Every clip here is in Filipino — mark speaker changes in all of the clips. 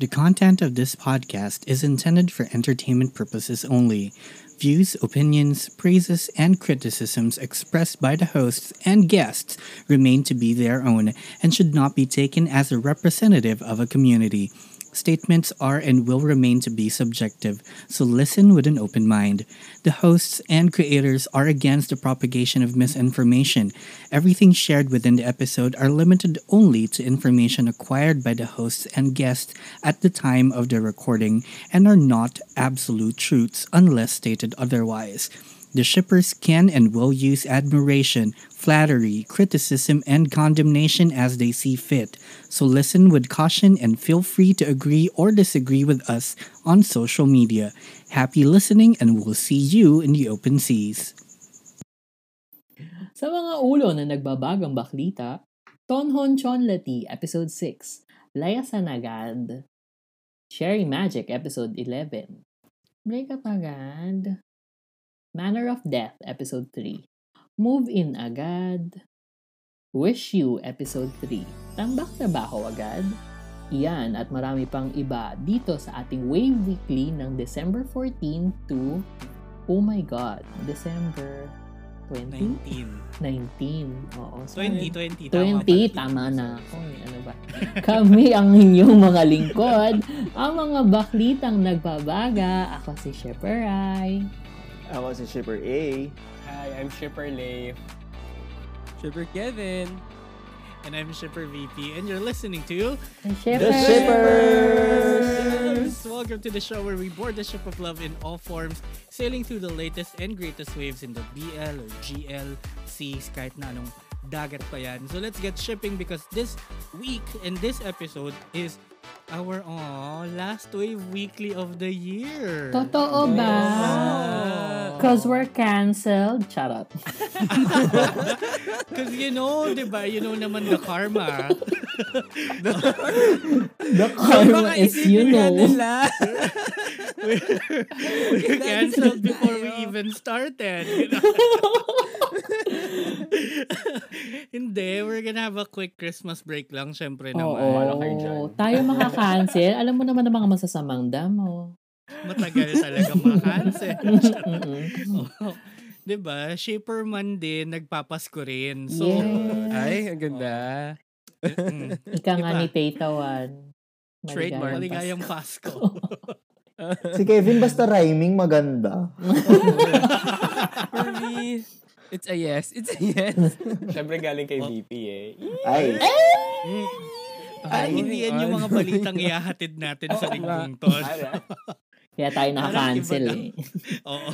Speaker 1: The content of this podcast is intended for entertainment purposes only. Views, opinions, praises, and criticisms expressed by the hosts and guests remain to be their own and should not be taken as a representative of a community. Statements are and will remain to be subjective, so listen with an open mind. The hosts and creators are against the propagation of misinformation. Everything shared within the episode are limited only to information acquired by the hosts and guests at the time of the recording and are not absolute truths unless stated otherwise. The shippers can and will use admiration, flattery, criticism, and condemnation as they see fit. So listen with caution and feel free to agree or disagree with us on social media. Happy listening, and we'll see you in the open seas.
Speaker 2: Sa mga ulo na nagbabagang baklita, Tonhon Chonlati, Episode 6, Laya Sanagad, Cherry Magic, Episode 11, Breakup Agad, Manner of Death, Episode 3, Move In Agad, Wish You, Episode 3, Tambak Trabaho Agad, Iyan at marami pang iba dito sa ating Wave Weekly ng December 14 to, oh my God, December 20? 19. Oo. sorry.
Speaker 1: 20,
Speaker 2: 20, tama na ako. eh. Ano ba? Kami ang inyong mga lingkod, ang mga baklitang nagbabaga. Ako si Sheperay.
Speaker 3: Ako si Shipper A.
Speaker 4: Hi, I'm Shipper Lay.
Speaker 5: Trevor Kevin.
Speaker 4: And I'm Shipper VP, and you're listening to
Speaker 2: Ang
Speaker 3: The
Speaker 2: Shipper.
Speaker 3: Shippers!
Speaker 4: Welcome to the show where we board the ship of love in all forms, sailing through the latest and greatest waves in the BL or GL seas, kahit na anong dagat pa yan. So let's get shipping because this week and this episode is our aw, last wave weekly of the year.
Speaker 2: Totoo ba? Cause we're canceled. Charot.
Speaker 4: Because you know, di ba, you know naman the karma.
Speaker 2: The karma is you know.
Speaker 5: Nila.
Speaker 4: We canceled before we even started. you know? Hindi, we're gonna have a quick Christmas break lang, syempre naman. ano
Speaker 2: Oo. Tayo makakancel. Alam mo naman ang mga masasamang damo.
Speaker 4: Matagal talaga makancel.
Speaker 2: Mm-mm.
Speaker 4: Oo. diba? Shaper man din, nagpapasko rin. So,
Speaker 2: Yes.
Speaker 5: Ay, ang ganda.
Speaker 4: mm,
Speaker 2: Ika nga
Speaker 4: Diba?
Speaker 2: ni Taytawan.
Speaker 4: trademark. Maligayang
Speaker 2: Maligayang
Speaker 4: Pasko.
Speaker 3: Si Kevin basta rhyming maganda.
Speaker 5: For me, it's a yes. It's a yes.
Speaker 6: Siyempre galing kay VP eh.
Speaker 3: Ay,
Speaker 4: Mm. Parang hindi
Speaker 5: oh
Speaker 4: yan yung mga balitang ihahatid natin sa lingkong to.
Speaker 2: Kaya tayo naka-cancel
Speaker 4: Parang
Speaker 2: eh.
Speaker 4: iba Oo.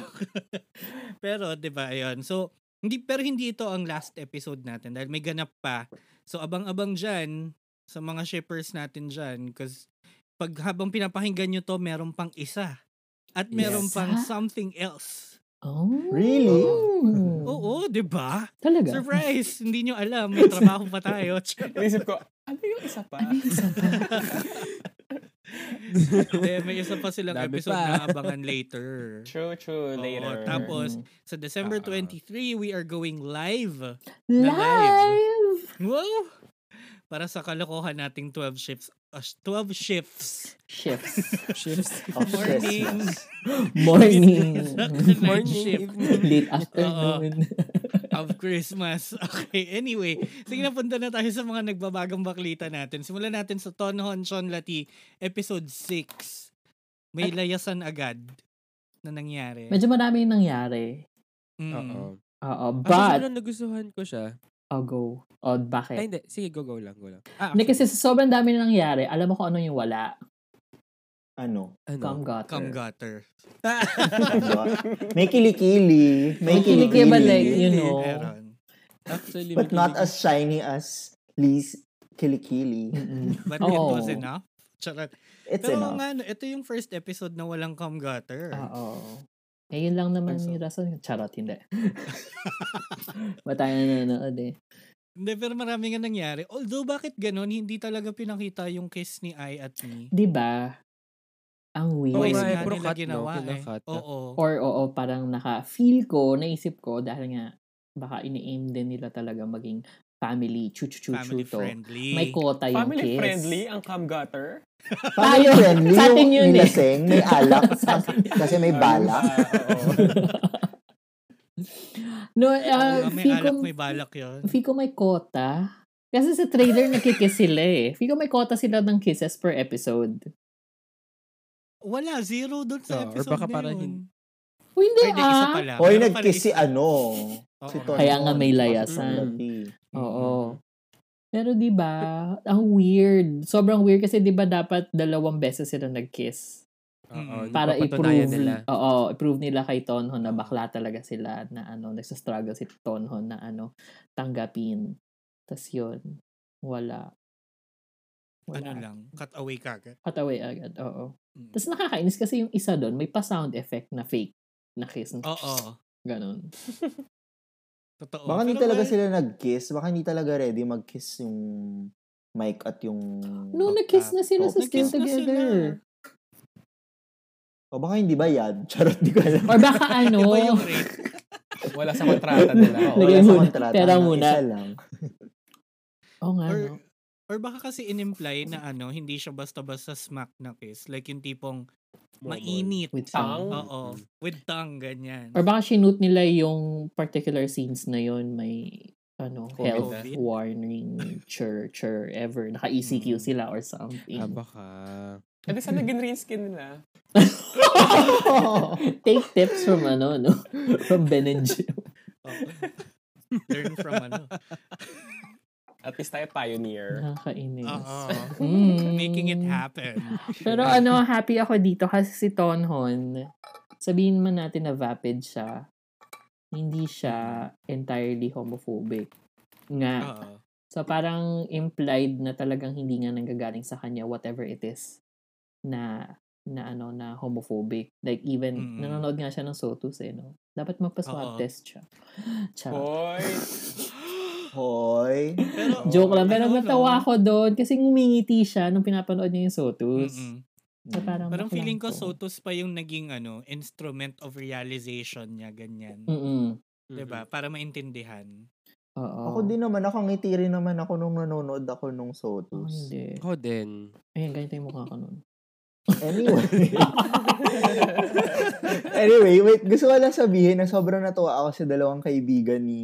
Speaker 4: pero, di ba, ayun. So, hindi, pero hindi ito ang last episode natin dahil may ganap pa. So, abang-abang dyan sa mga shippers natin dyan because pag habang pinapakinggan nyo to, meron pang isa. At meron
Speaker 2: Yes.
Speaker 4: pang
Speaker 2: Ah.
Speaker 4: something else.
Speaker 2: Oh.
Speaker 3: really?
Speaker 4: Oo, di ba?
Speaker 2: Talaga?
Speaker 4: Surprise! hindi nyo alam. May trabaho pa tayo.
Speaker 6: Inisip ko, ano yung isa pa?
Speaker 4: Hindi, may isa pa silang
Speaker 5: Dami
Speaker 4: episode
Speaker 5: pa.
Speaker 4: na abangan later.
Speaker 6: True, true,
Speaker 4: Oo,
Speaker 6: later.
Speaker 4: tapos, sa December 23, we are going live
Speaker 2: Live!
Speaker 4: Wow! Para sa kalokohan nating 12 shifts. uh, 12 shifts.
Speaker 2: Shifts.
Speaker 5: Shifts.
Speaker 3: Of
Speaker 4: Morning.
Speaker 2: Morning.
Speaker 4: Morning. shift
Speaker 2: Late afternoon.
Speaker 4: of Christmas. Okay, anyway. Sige na, punta na tayo sa mga nagbabagang baklita natin. Simulan natin sa Ton Honchon Lati, episode 6. May layasan agad na nangyari.
Speaker 2: Medyo marami yung nangyari.
Speaker 4: Mm.
Speaker 5: Oo.
Speaker 2: Oo,
Speaker 5: But,
Speaker 2: but,
Speaker 5: nagustuhan ko siya.
Speaker 2: I'll go. O,
Speaker 5: Ay,
Speaker 2: bakit?
Speaker 5: hindi. Sige, go, go lang, go lang. Ah,
Speaker 2: Hindi kasi sa sobrang dami na nangyari, alam mo kung ano yung wala.
Speaker 3: Ano?
Speaker 2: Come
Speaker 5: ano?
Speaker 2: gutter.
Speaker 4: Come gutter.
Speaker 3: May kilikili.
Speaker 2: May
Speaker 3: May
Speaker 2: kilikili ba, like,
Speaker 3: kilikili.
Speaker 2: you know?
Speaker 4: Meron.
Speaker 5: Actually,
Speaker 3: But not
Speaker 5: makilig-
Speaker 3: as shiny as Lee's kilikili.
Speaker 2: Mm-mm.
Speaker 4: But it
Speaker 2: Oo.
Speaker 4: was enough. Charot.
Speaker 3: It's
Speaker 4: Pero
Speaker 3: enough. Ah,
Speaker 4: nga, ano, ito yung first episode na walang come gutter.
Speaker 2: Oo. Eh, yun lang naman
Speaker 5: Parang so-
Speaker 2: yung rason. Charot, hindi. Ba't tayo nanonood eh?
Speaker 4: Hindi, pero marami nga nangyari. Although, bakit ganun? Hindi talaga pinakita yung kiss ni Ai at ni.
Speaker 2: Diba? Ang weird.
Speaker 5: Oo
Speaker 4: Twice
Speaker 5: nga eh,
Speaker 4: nga
Speaker 5: puro
Speaker 4: nila
Speaker 5: cut, no?
Speaker 4: ginawa eh.
Speaker 5: Kinakat.
Speaker 4: Oo.
Speaker 2: Or oo, parang naka-feel ko, naisip ko, dahil nga, baka ini-aim din nila talaga maging family chuchu
Speaker 4: Family
Speaker 2: to.
Speaker 4: friendly.
Speaker 2: May quota yung
Speaker 6: Family
Speaker 2: kids.
Speaker 6: friendly ang cam gutter.
Speaker 2: Tayo.
Speaker 3: Family friendly.
Speaker 2: Sa atin yun
Speaker 3: yung
Speaker 2: eh.
Speaker 3: nilasing, may alak, kasi may balak.
Speaker 2: No,
Speaker 4: Oo,
Speaker 2: uh,
Speaker 4: may
Speaker 2: feel ko,
Speaker 4: alak, may balak yun.
Speaker 2: feel ko may quota. Kasi sa trailer nakikiss sila eh. Feel ko may quota sila ng kisses per episode.
Speaker 4: Wala, zero doon sa
Speaker 5: Oo, or
Speaker 4: episode
Speaker 5: baka
Speaker 4: na
Speaker 5: parang
Speaker 4: yun.
Speaker 5: hin-
Speaker 2: O hindi
Speaker 4: Ay, di, isa
Speaker 2: ah.
Speaker 4: pala.
Speaker 3: Hoy,
Speaker 4: Meron pala
Speaker 3: nagkiss si
Speaker 4: isa.
Speaker 3: ano.
Speaker 4: Oo,
Speaker 3: Si
Speaker 4: nga.
Speaker 3: Tonon.
Speaker 2: Kaya nga may layasan.
Speaker 3: Kasi
Speaker 2: Oo. Pero 'di ba, ang weird. Sobrang weird kasi 'di ba dapat dalawang beses sila nag-kiss
Speaker 4: Mm.
Speaker 2: para i-prove.
Speaker 5: ipatunayan nila.
Speaker 2: Oo, i-prove nila kay Tonhon na bakla talaga sila na ano, nagsa-struggle si Tonhon na ano, tanggapin. Tapos 'yun, wala. Wala.
Speaker 4: Ano lang, cut away kagad.
Speaker 2: Cut away agad, oo.
Speaker 4: Mm.
Speaker 2: Tapos nakakainis kasi yung isa doon, may pa-sound effect na fake na kiss. na
Speaker 4: Oo,
Speaker 2: Ganon.
Speaker 4: Hmm, totoo.
Speaker 3: Baka hindi
Speaker 4: Pero
Speaker 3: talaga
Speaker 4: well,
Speaker 3: sila nag-kiss. Baka hindi talaga ready mag-kiss yung Mike at yung...
Speaker 2: No, nag-kiss na sila sa
Speaker 3: Nag-kiss
Speaker 4: oh,
Speaker 2: Still
Speaker 4: na sila.
Speaker 2: Together.
Speaker 3: O baka hindi ba yan? Charot, di ko alam.
Speaker 2: Or baka ano,
Speaker 4: Iba yung rate.
Speaker 6: Wala sa kontrata nila.
Speaker 3: Wala
Speaker 6: Oo.
Speaker 2: Lagyan
Speaker 3: sa
Speaker 2: muna.
Speaker 3: kontrata,
Speaker 2: Pera
Speaker 3: ang
Speaker 2: muna.
Speaker 3: Isa lang.
Speaker 2: Oo nga,
Speaker 4: Or,
Speaker 2: no?
Speaker 4: or baka kasi in-imply na ano, hindi siya basta-basta smack na kiss. Like yung tipong mainit.
Speaker 2: With
Speaker 6: Tang.
Speaker 4: Oo, with tongue, ganyan.
Speaker 2: Or baka sinute nila yung particular scenes na yon may ano,
Speaker 6: Covid
Speaker 2: health
Speaker 4: na.
Speaker 2: warning, chur, chur, ever.
Speaker 4: Hmm.
Speaker 2: Naka-ECQ
Speaker 5: Mm.
Speaker 2: sila or something.
Speaker 5: Ah, baka.
Speaker 6: Kasi sa naging green skin nila.
Speaker 2: Take tips from ano, no? from Ben and Jerry.
Speaker 4: Oo. Oh, Learn from ano.
Speaker 6: At least tayo pioneer.
Speaker 2: Nakakainis.
Speaker 4: Oo.
Speaker 2: Mm.
Speaker 4: Making it happen.
Speaker 2: Pero ano, happy ako dito kasi si Tonhon, sabihin man natin na vapid siya, hindi siya entirely homophobic. Nga,
Speaker 4: Oo.
Speaker 2: So parang implied na talagang hindi nga nanggagaling sa kanya whatever it is na na ano na homophobic. Like even
Speaker 4: Mm.
Speaker 2: nanonood nga siya ng Sotus eh no. Dapat
Speaker 4: Oo.
Speaker 2: magpa-swab test siya. Char.
Speaker 6: Hoy.
Speaker 3: Hoy.
Speaker 4: Pero,
Speaker 2: Joke lang pero
Speaker 4: Ano, no?
Speaker 2: natawa ako doon kasi ngumingiti siya nung pinapanood niya yung Sotus.
Speaker 4: Mm-mm.
Speaker 2: So,
Speaker 3: Hmm.
Speaker 2: parang
Speaker 4: Parang
Speaker 2: bakla
Speaker 4: feeling ko
Speaker 2: to.
Speaker 4: Sotos pa yung naging ano, instrument of realization niya, ganyan.
Speaker 2: Mm-mm.
Speaker 4: 'Di ba Para maintindihan.
Speaker 2: Oo. Ah,
Speaker 3: Ako din naman, ako ngiti rin naman ako nung nanonood ako nung
Speaker 2: Ako
Speaker 3: Sotus.
Speaker 2: hindi.
Speaker 5: Ako din.
Speaker 2: Ayun, ganito yung mukha ko nun.
Speaker 3: Anyway. anyway, wait. Gusto ko lang sabihin na sobrang natuwa ako sa dalawang kaibigan ni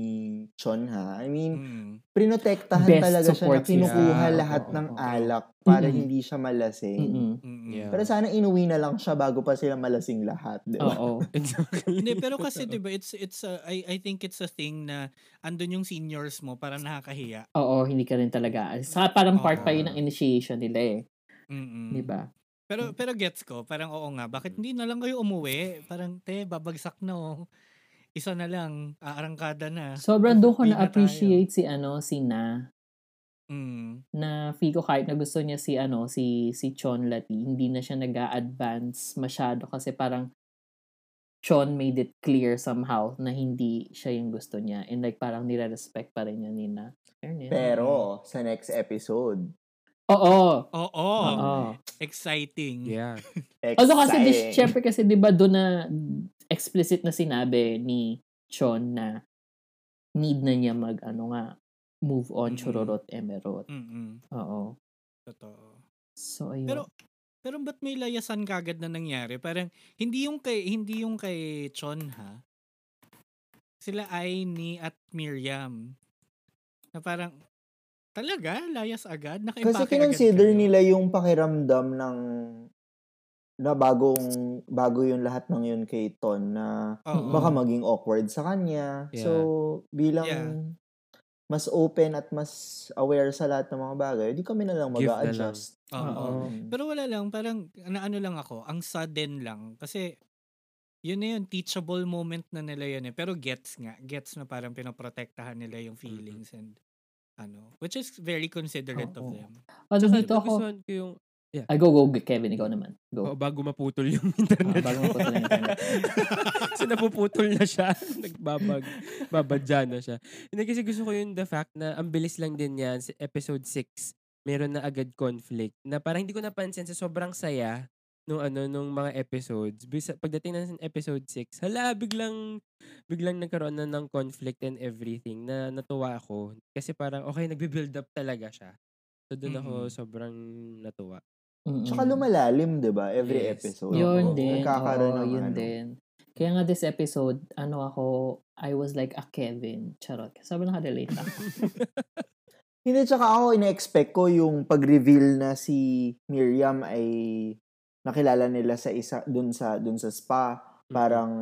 Speaker 3: Chon ha. I mean,
Speaker 4: Mm.
Speaker 3: prinotektahan
Speaker 2: Best
Speaker 3: talaga siya na
Speaker 2: support system.
Speaker 3: kinukuha
Speaker 5: Yeah,
Speaker 3: lahat
Speaker 5: oo,
Speaker 3: ng
Speaker 5: oo.
Speaker 3: alak para
Speaker 2: Mm-mm.
Speaker 3: hindi siya malasing.
Speaker 2: Mm-mm.
Speaker 4: Mm-mm.
Speaker 5: Yeah.
Speaker 3: Pero sana inuwi na lang siya bago pa sila malasing lahat. Di ba?
Speaker 2: Oo.
Speaker 5: Exactly.
Speaker 4: Hindi, pero kasi 'di ba it's it's a, I I think it's a thing na andun yung seniors mo para nakakahiya.
Speaker 2: Oo, hindi ka rin talaga. Sa parang part pa
Speaker 5: Oo.
Speaker 2: yun
Speaker 4: Ah.
Speaker 2: ng initiation nila eh.
Speaker 4: Mm-mm.
Speaker 2: Di ba?
Speaker 4: Pero
Speaker 3: Hmm.
Speaker 4: pero gets ko, parang oo nga, bakit hindi na lang kayo umuwi? Parang te, babagsak na oh. Isa na lang, aarangkada na.
Speaker 2: Sobrang doon ko
Speaker 4: Uwi na
Speaker 2: na-appreciate si ano, si Na.
Speaker 4: Mm.
Speaker 2: Na feel ko kahit na gusto niya si ano, si si Chon Lati, hindi na siya nag advance masyado kasi parang Chon made it clear somehow na hindi siya yung gusto niya. And like parang nire-respect pa rin niya ni Na. Fairness.
Speaker 3: Pero, sa next episode,
Speaker 2: Oo.
Speaker 4: Oo,
Speaker 2: Oo.
Speaker 4: exciting.
Speaker 5: Yeah.
Speaker 2: Although kasi, di,
Speaker 3: exciting.
Speaker 2: syempre kasi di ba doon na explicit na sinabi ni Chon na need na niya mag ano nga move on
Speaker 4: Mhm.
Speaker 2: churorot emerot.
Speaker 4: Mm-mm.
Speaker 2: Oo.
Speaker 4: Mm, Totoo.
Speaker 2: So ayun.
Speaker 4: Pero pero ba't may layasan kagad na nangyari? Parang hindi yung kay hindi yung kay Chon ha. Sila ay ni at Miriam. Na parang talaga layas agad
Speaker 3: Kasi
Speaker 4: Naka-impake agad
Speaker 3: kinonsider
Speaker 4: kayo?
Speaker 3: nila yung pakiramdam ng na bagong bago yung lahat ng yun kay Ton na
Speaker 4: Oo.
Speaker 3: baka maging awkward sa kanya. So,
Speaker 5: Yeah.
Speaker 3: bilang
Speaker 4: Yeah.
Speaker 3: mas open at mas aware sa lahat ng mga bagay, di kami na lang
Speaker 5: Give na
Speaker 3: mag-adjust.
Speaker 4: Oo.
Speaker 2: Oo.
Speaker 4: Pero wala lang parang naano lang ako, ang sudden lang kasi yun na yun, teachable moment na nila yun eh. Pero gets nga. Gets na parang pinoprotektahan nila yung feelings and ano. Which is very considerate of
Speaker 2: Oo.
Speaker 4: them.
Speaker 2: Although
Speaker 4: Saka
Speaker 2: Ano dito
Speaker 4: diba
Speaker 2: ako,
Speaker 5: Nagustuhan ko yung
Speaker 2: ay go, go, Kevin, ikaw naman. Go.
Speaker 5: oh, bago maputol yung
Speaker 2: Ah,
Speaker 5: internet.
Speaker 2: bago mo pa
Speaker 5: Kasi napuputol na siya. Nagbabag. Babadya na siya. Hindi kasi gusto ko yun the fact na ang bilis lang din yan. sa Episode 6, meron na agad conflict. Na parang hindi ko napansin sa sobrang saya nung ano nung mga episodes bisa pagdating na sa episode 6 hala biglang biglang nagkaroon na ng conflict and everything na natuwa ako kasi parang okay nagbe-build up talaga siya so doon ako
Speaker 4: Mm-mm.
Speaker 5: sobrang natuwa
Speaker 2: Mm-mm.
Speaker 3: Tsaka lumalalim, di ba? Every
Speaker 5: Yes.
Speaker 3: episode.
Speaker 2: Mm. Yun
Speaker 3: Oo,
Speaker 2: din.
Speaker 3: Nagkakaroon
Speaker 2: Oo,
Speaker 3: ng
Speaker 2: yun
Speaker 3: ano.
Speaker 2: din. Kaya nga this episode, ano ako, I was like a Kevin. Charot. Sabi nakarelate ako.
Speaker 3: Hindi, tsaka ako, ina-expect ko yung pag-reveal na si Miriam ay nakilala nila sa isa, dun sa, dun sa spa.
Speaker 2: Mm.
Speaker 3: Parang,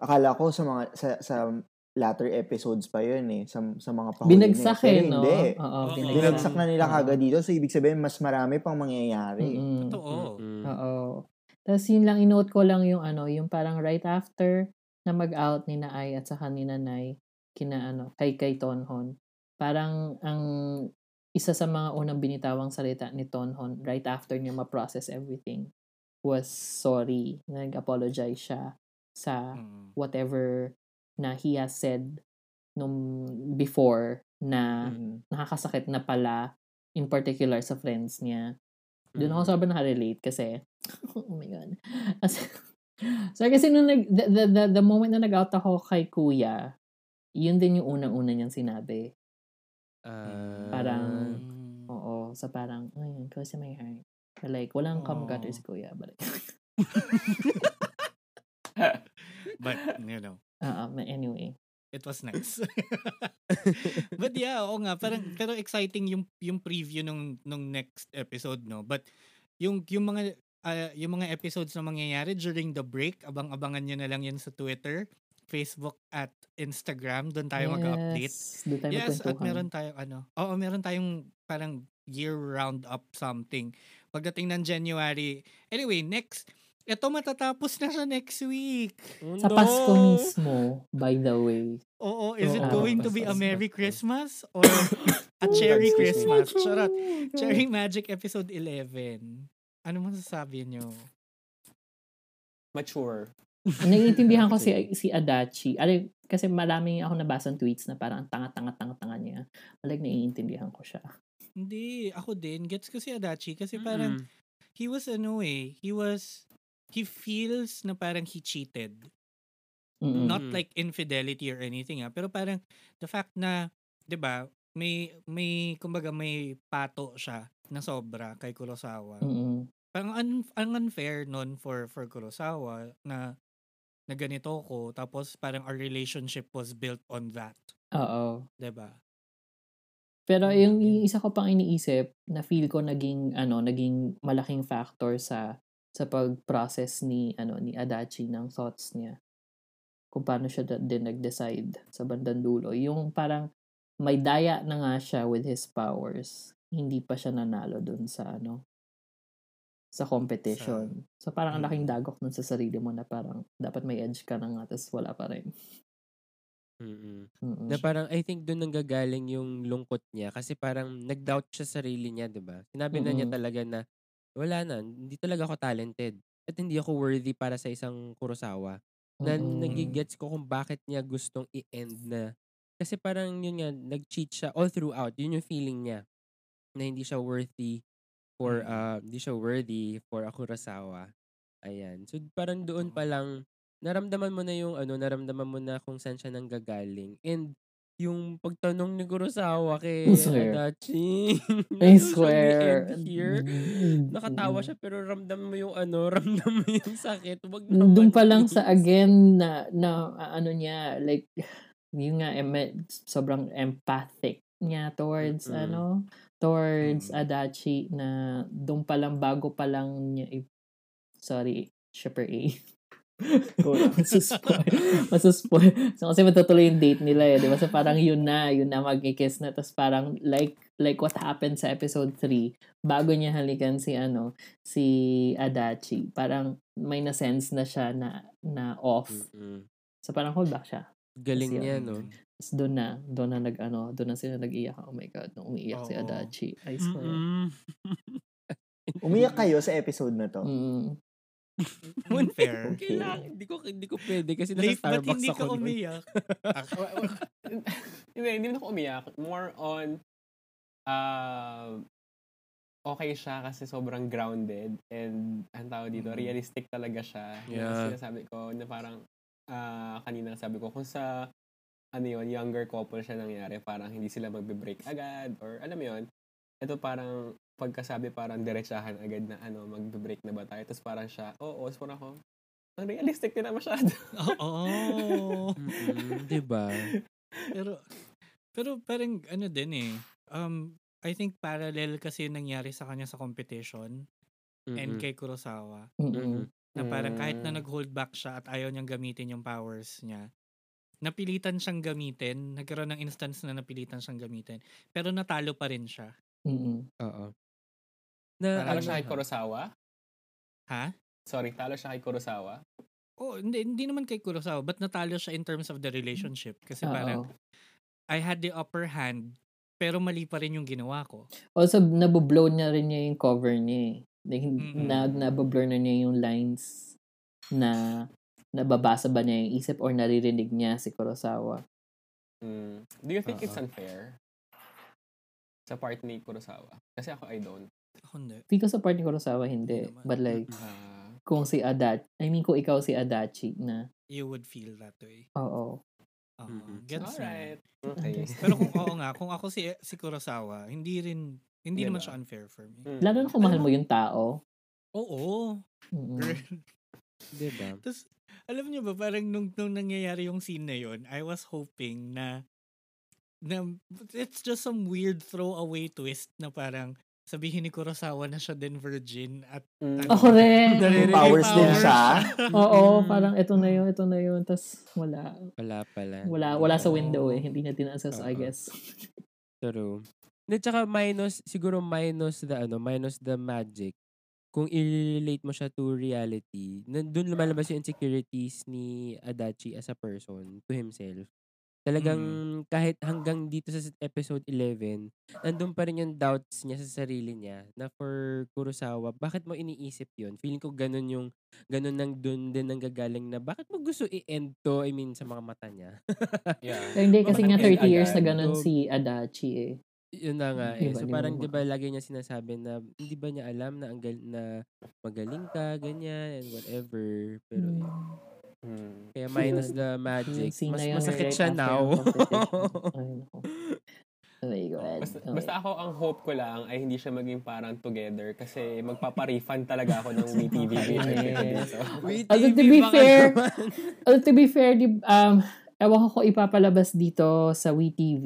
Speaker 3: akala ko sa mga, sa, sa latter episodes pa yun eh, sa, sa mga pahuli. na
Speaker 2: Binagsak
Speaker 3: Pero
Speaker 2: eh, no?
Speaker 3: Hindi.
Speaker 2: Oo,
Speaker 4: Oo,
Speaker 2: binagsak.
Speaker 3: Binagsak na nila
Speaker 2: Oo.
Speaker 3: kagad dito, so ibig sabihin, mas marami pang mangyayari.
Speaker 2: Mm-mm.
Speaker 4: Totoo.
Speaker 5: Mm-mm.
Speaker 2: Oo. Tapos yun lang, inote ko lang yung ano, yung parang right after na mag-out ni Naay at saka ni Nanay, kina ano, kay kay Tonhon. Parang ang isa sa mga unang binitawang salita ni Tonhon right after niya ma-process everything was sorry. Nag-apologize siya sa
Speaker 4: Mm.
Speaker 2: whatever na he has said nung before na
Speaker 3: Mhm.
Speaker 2: nakakasakit na pala in particular sa friends niya. Doon
Speaker 4: Mm.
Speaker 2: ako sobrang nakarelate kasi, oh my God. As, so, kasi nung nag, the, the, the, the moment na nag-out ako kay kuya, yun din yung unang-una niyang sinabi.
Speaker 5: Ah,
Speaker 2: Parang-
Speaker 4: Mm.
Speaker 2: Oo, sa parang, ayun, close to my heart. But like, walang cum
Speaker 4: Aw.
Speaker 2: gutter si kuya. But like,
Speaker 4: But, you know,
Speaker 2: uh, anyway.
Speaker 4: it was nice. But yeah, oo nga, parang pero exciting yung yung preview nung nung next episode, no. But yung yung mga ah, yung mga episodes na mangyayari during the break, abang-abangan niyo na lang yan sa Twitter, Facebook at Instagram. Doon tayo mag-update.
Speaker 2: Yes, doon tayo
Speaker 4: Yes, at
Speaker 2: magkwentuhan.
Speaker 4: meron tayong ano. Oo, meron tayong parang year round up something. Pagdating ng January. Anyway, next. Ito matatapos na siya next week.
Speaker 5: oh,
Speaker 2: Sa
Speaker 5: no!
Speaker 2: Pasko mismo, by the way.
Speaker 4: Oo, is it
Speaker 2: Oo,
Speaker 4: going to be a
Speaker 5: basta-
Speaker 4: Merry
Speaker 5: basta.
Speaker 4: Christmas or a Cherry
Speaker 5: excuse me.
Speaker 4: Christmas? Charot. Cherry Magic Episode 11. Ano masasabi nyo?
Speaker 6: Mature.
Speaker 2: Naiintindihan ko si si Adachi. Alam, kasi marami ako nabasang tweets na parang ang tanga-tanga-tanga-tanga niya. Like, naiintindihan ko siya.
Speaker 4: Hindi, ako din. Gets ko si Adachi kasi
Speaker 5: Mm-mm.
Speaker 4: parang he was ano eh, he was, he feels na parang he cheated.
Speaker 2: Mm-mm.
Speaker 4: not
Speaker 5: Mm.
Speaker 4: like infidelity or anything ah pero parang the fact na 'di ba may may kumbaga may pato siya na sobra kay Kurosawa
Speaker 2: Mm-mm.
Speaker 4: parang un- ang unfair nun for for Kurosawa na na ganito ko tapos parang our relationship was built on that
Speaker 2: Oo.
Speaker 4: 'di ba
Speaker 2: Pero
Speaker 4: Mm,
Speaker 2: yung,
Speaker 4: yun.
Speaker 2: yung isa ko pang iniisip na feel ko naging ano, naging malaking factor sa sa pag-process ni ano ni Adachi ng thoughts niya. Kung paano siya da- din nag-decide sa bandang dulo. Yung parang may daya na nga siya with his powers. Hindi pa siya nanalo dun sa ano sa competition. so parang ang laking
Speaker 4: Mm.
Speaker 2: dagok nun sa sarili mo na parang dapat may edge ka na nga tapos wala pa rin.
Speaker 5: Mm-mm.
Speaker 2: Mm-mm.
Speaker 5: Na parang I think doon nanggagaling yung lungkot niya kasi parang nag-doubt siya sa sarili niya, 'di ba? Sinabi na niya
Speaker 2: Mm-mm.
Speaker 5: talaga na wala na, hindi talaga ako talented at hindi ako worthy para sa isang Kurosawa. Na
Speaker 2: Mm-mm.
Speaker 5: nagigets ko kung bakit niya gustong i-end na. Kasi parang yun nga, nag-cheat siya all throughout. Yun yung feeling niya na hindi siya worthy
Speaker 4: Mm.
Speaker 5: for uh, hindi siya worthy for a Kurosawa. Ayan. So
Speaker 2: Mm.
Speaker 5: parang doon pa lang naramdaman mo na yung ano, naramdaman mo na kung saan siya nanggagaling. And yung pagtanong ni Kurosawa kay
Speaker 2: I swear. I
Speaker 5: Adachi. nandun siya,
Speaker 2: swear. Mm.
Speaker 5: we end Here.
Speaker 2: Mm-mm.
Speaker 5: Nakatawa
Speaker 2: Mm-mm.
Speaker 5: siya pero ramdam mo yung ano, ramdam mo yung sakit. Wag naman.
Speaker 2: Doon pa lang sa
Speaker 5: please.
Speaker 2: again na, na ah, ano niya, like, yun nga, em- eh, sobrang empathic niya towards,
Speaker 5: Mm-mm.
Speaker 2: ano, towards
Speaker 5: Mm-hmm.
Speaker 4: Mm-mm.
Speaker 2: Adachi na doon pa lang, bago pa lang niya, i- sorry, shipper A.
Speaker 3: Go lang.
Speaker 2: Masaspoil. Masaspoil. So, kasi matutuloy yung date nila eh, di ba? So, parang yun na, yun na, magkikiss na. Tapos parang, like, like what happened sa episode 3, bago niya halikan si, ano, si Adachi. Parang, may na-sense na siya na, na off.
Speaker 5: Mm-mm. ano eh.
Speaker 2: So, parang hold back siya.
Speaker 5: Galing
Speaker 2: Kasi
Speaker 5: niya,
Speaker 2: yun.
Speaker 5: no?
Speaker 4: Mm.
Speaker 2: Tapos doon na, doon na nag, ano, doon na sila nag-iyak. Oh my God, nung umiiyak si
Speaker 4: Oo.
Speaker 2: Adachi. I swear.
Speaker 5: Mm-mm.
Speaker 3: Umiyak kayo sa episode na to.
Speaker 2: Mm-mm.
Speaker 4: unfair
Speaker 5: Kailangan, hindi ko, hindi ko pwede kasi nasa
Speaker 4: late ba't
Speaker 5: Starbucks
Speaker 4: hindi
Speaker 5: ako.
Speaker 4: ka
Speaker 5: nun.
Speaker 4: umiyak Ah,
Speaker 6: hindi, hindi na ako umiyak. More on, uh, okay siya kasi sobrang grounded and ang tawag dito,
Speaker 5: Mm.
Speaker 6: realistic talaga siya.
Speaker 5: Yeah.
Speaker 6: Yung sinasabi ko na parang ah, kanina sabi ko kung sa ano yun, younger couple siya nangyari, parang hindi sila magbe-break agad or alam mo yun, ito parang pagkasabi parang diretsahan agad na ano, magbe-break na ba tayo? Tapos parang siya, oo, oh, parang ako, ang realistic din na masyado.
Speaker 4: Oo.
Speaker 5: Mm-mm, diba?
Speaker 4: Pero, pero parang ano din eh. Um, I think parallel kasi yung nangyari sa kanya sa competition and
Speaker 5: Mm-mm.
Speaker 4: kay Kurosawa.
Speaker 5: Mm-mm.
Speaker 2: Mm-mm.
Speaker 4: Na parang kahit na
Speaker 5: Hmm.
Speaker 6: Mm.
Speaker 4: nag-hold back siya at ayaw niyang gamitin yung powers niya, napilitan siyang gamitin. Nagkaroon ng instance na napilitan siyang gamitin. Pero natalo pa rin siya.
Speaker 2: Mm-mm.
Speaker 5: Oo. Na, ano,
Speaker 6: Talo siya kay Kurosawa?
Speaker 4: Ah, Ha?
Speaker 6: Sorry, talo siya kay Kurosawa?
Speaker 4: Oh, hindi, hindi naman kay Kurosawa, but natalo siya in terms of the relationship. Kasi parang,
Speaker 2: Oo.
Speaker 4: I had the upper hand, pero mali pa rin yung ginawa ko.
Speaker 2: Also, naboblow na rin niya yung cover niya eh. Like,
Speaker 4: Mm-mm.
Speaker 2: na, naboblur na niya yung lines na nababasa ba niya yung isip or naririnig niya si Kurosawa.
Speaker 6: Mm. Do you think it's
Speaker 5: Oo.
Speaker 6: unfair? Sa part ni Kurosawa. Kasi ako, I don't.
Speaker 4: Ako hindi.
Speaker 2: Feel ko sa part ni Kurosawa, hindi.
Speaker 4: Hindi naman.
Speaker 2: But like,
Speaker 6: Ah,
Speaker 2: kung si Adachi, I mean, kung ikaw si Adachi na,
Speaker 4: You would feel that way.
Speaker 2: oo.
Speaker 4: Oo,
Speaker 5: Mm-mm.
Speaker 4: gets me.
Speaker 6: alright. Okay.
Speaker 2: Understand.
Speaker 4: Pero kung oo nga, kung ako si si Kurosawa, hindi rin hindi
Speaker 6: Di
Speaker 4: naman
Speaker 6: ba?
Speaker 4: siya unfair for me.
Speaker 5: Hmm.
Speaker 6: Mm.
Speaker 2: Lalo na kung mahal mo yung tao.
Speaker 4: Oo.
Speaker 2: Mm-mm.
Speaker 5: Mm.
Speaker 4: Girl.
Speaker 5: diba?
Speaker 4: Tapos, alam niyo ba, parang nung, nung nangyayari yung scene na yun, I was hoping na, na it's just some weird throwaway twist na parang sabihin ni Kurosawa na siya din virgin at
Speaker 5: Hmm.
Speaker 6: Mm.
Speaker 2: Ako rin.
Speaker 4: Naririnig
Speaker 3: Powers din
Speaker 4: powers.
Speaker 3: siya.
Speaker 2: Oo,
Speaker 5: Mm.
Speaker 2: parang ito na yun, ito na yun. Tapos wala.
Speaker 5: Wala pala.
Speaker 2: Wala, wala sa
Speaker 5: Oo.
Speaker 2: window eh. Hindi niya tinaas I
Speaker 5: Oo.
Speaker 2: guess.
Speaker 5: True. At tsaka minus, siguro minus the, ano, minus the magic. Kung i-relate mo siya to reality, na- dun lumalabas yung insecurities ni Adachi as a person to himself. Talagang kahit hanggang dito sa episode 11, nandun pa rin yung doubts niya sa sarili niya na for Kurosawa, bakit mo iniisip yun? Feeling ko ganun yung, ganun nang dun din ang gagaling na bakit mo gusto i-end to, I mean, sa mga mata niya.
Speaker 6: Yeah.
Speaker 2: Hindi, kasi nga
Speaker 6: Bakit
Speaker 2: 30 years na
Speaker 6: agad?
Speaker 2: ganun
Speaker 5: So,
Speaker 2: si Adachi eh.
Speaker 5: Yun na nga
Speaker 2: Iba,
Speaker 5: eh. So
Speaker 2: di mo
Speaker 5: parang
Speaker 2: ba-
Speaker 5: 'di ba lagi niya sinasabi na hindi ba niya alam na ang gal- na magaling ka ganyan and whatever. Pero eh,
Speaker 6: Mm.
Speaker 5: kaya minus
Speaker 2: Yun.
Speaker 5: the magic.
Speaker 2: Hmm. Yung scene
Speaker 5: Mas
Speaker 2: na yun,
Speaker 5: masakit
Speaker 2: right
Speaker 5: siya
Speaker 2: after
Speaker 5: now.
Speaker 2: yung competition. Ay, nako. Oh my God.
Speaker 6: Basta,
Speaker 2: Okay.
Speaker 6: basta ako, ang hope ko lang ay hindi siya maging parang together kasi magpapa-refund talaga ako ng WeTV bill.
Speaker 2: Yes.
Speaker 6: So,
Speaker 5: Wait,
Speaker 2: Although, Ah, to
Speaker 5: TV,
Speaker 2: be
Speaker 5: baka
Speaker 2: fair,
Speaker 5: naman.
Speaker 2: Although, to be fair, di, um, ewan ko kung ipapalabas dito sa WeTV,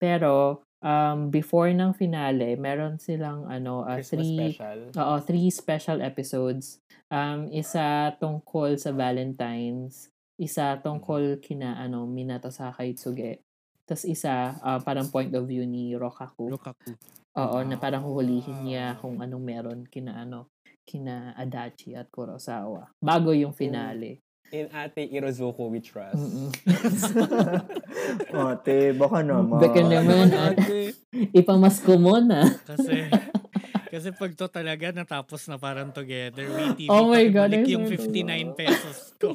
Speaker 2: pero um, before ng finale, meron silang ano, ah,
Speaker 6: Christmas
Speaker 2: three,
Speaker 6: special.
Speaker 2: oo, three special episodes. Um, isa tungkol sa Valentine's, isa tungkol kina ano, Minato Sakai Tsuge, tas isa ah, parang point of view ni Rokaku.
Speaker 6: Ano,
Speaker 5: Lukaku.
Speaker 2: Oo, na parang huhulihin niya
Speaker 6: Ah.
Speaker 2: kung anong meron kina ano, kina Adachi at Kurosawa bago yung finale.
Speaker 6: In Ate Irozuku we trust.
Speaker 2: Mm-mm.
Speaker 3: Ote, baka naman.
Speaker 2: Baka naman. Ipamasko mo na.
Speaker 4: kasi kasi pag to talaga natapos na parang together, WeTV,
Speaker 2: Oh my God,
Speaker 4: pakibalik
Speaker 2: I
Speaker 4: yung
Speaker 2: swear
Speaker 4: 59
Speaker 2: to God.
Speaker 4: pesos ko.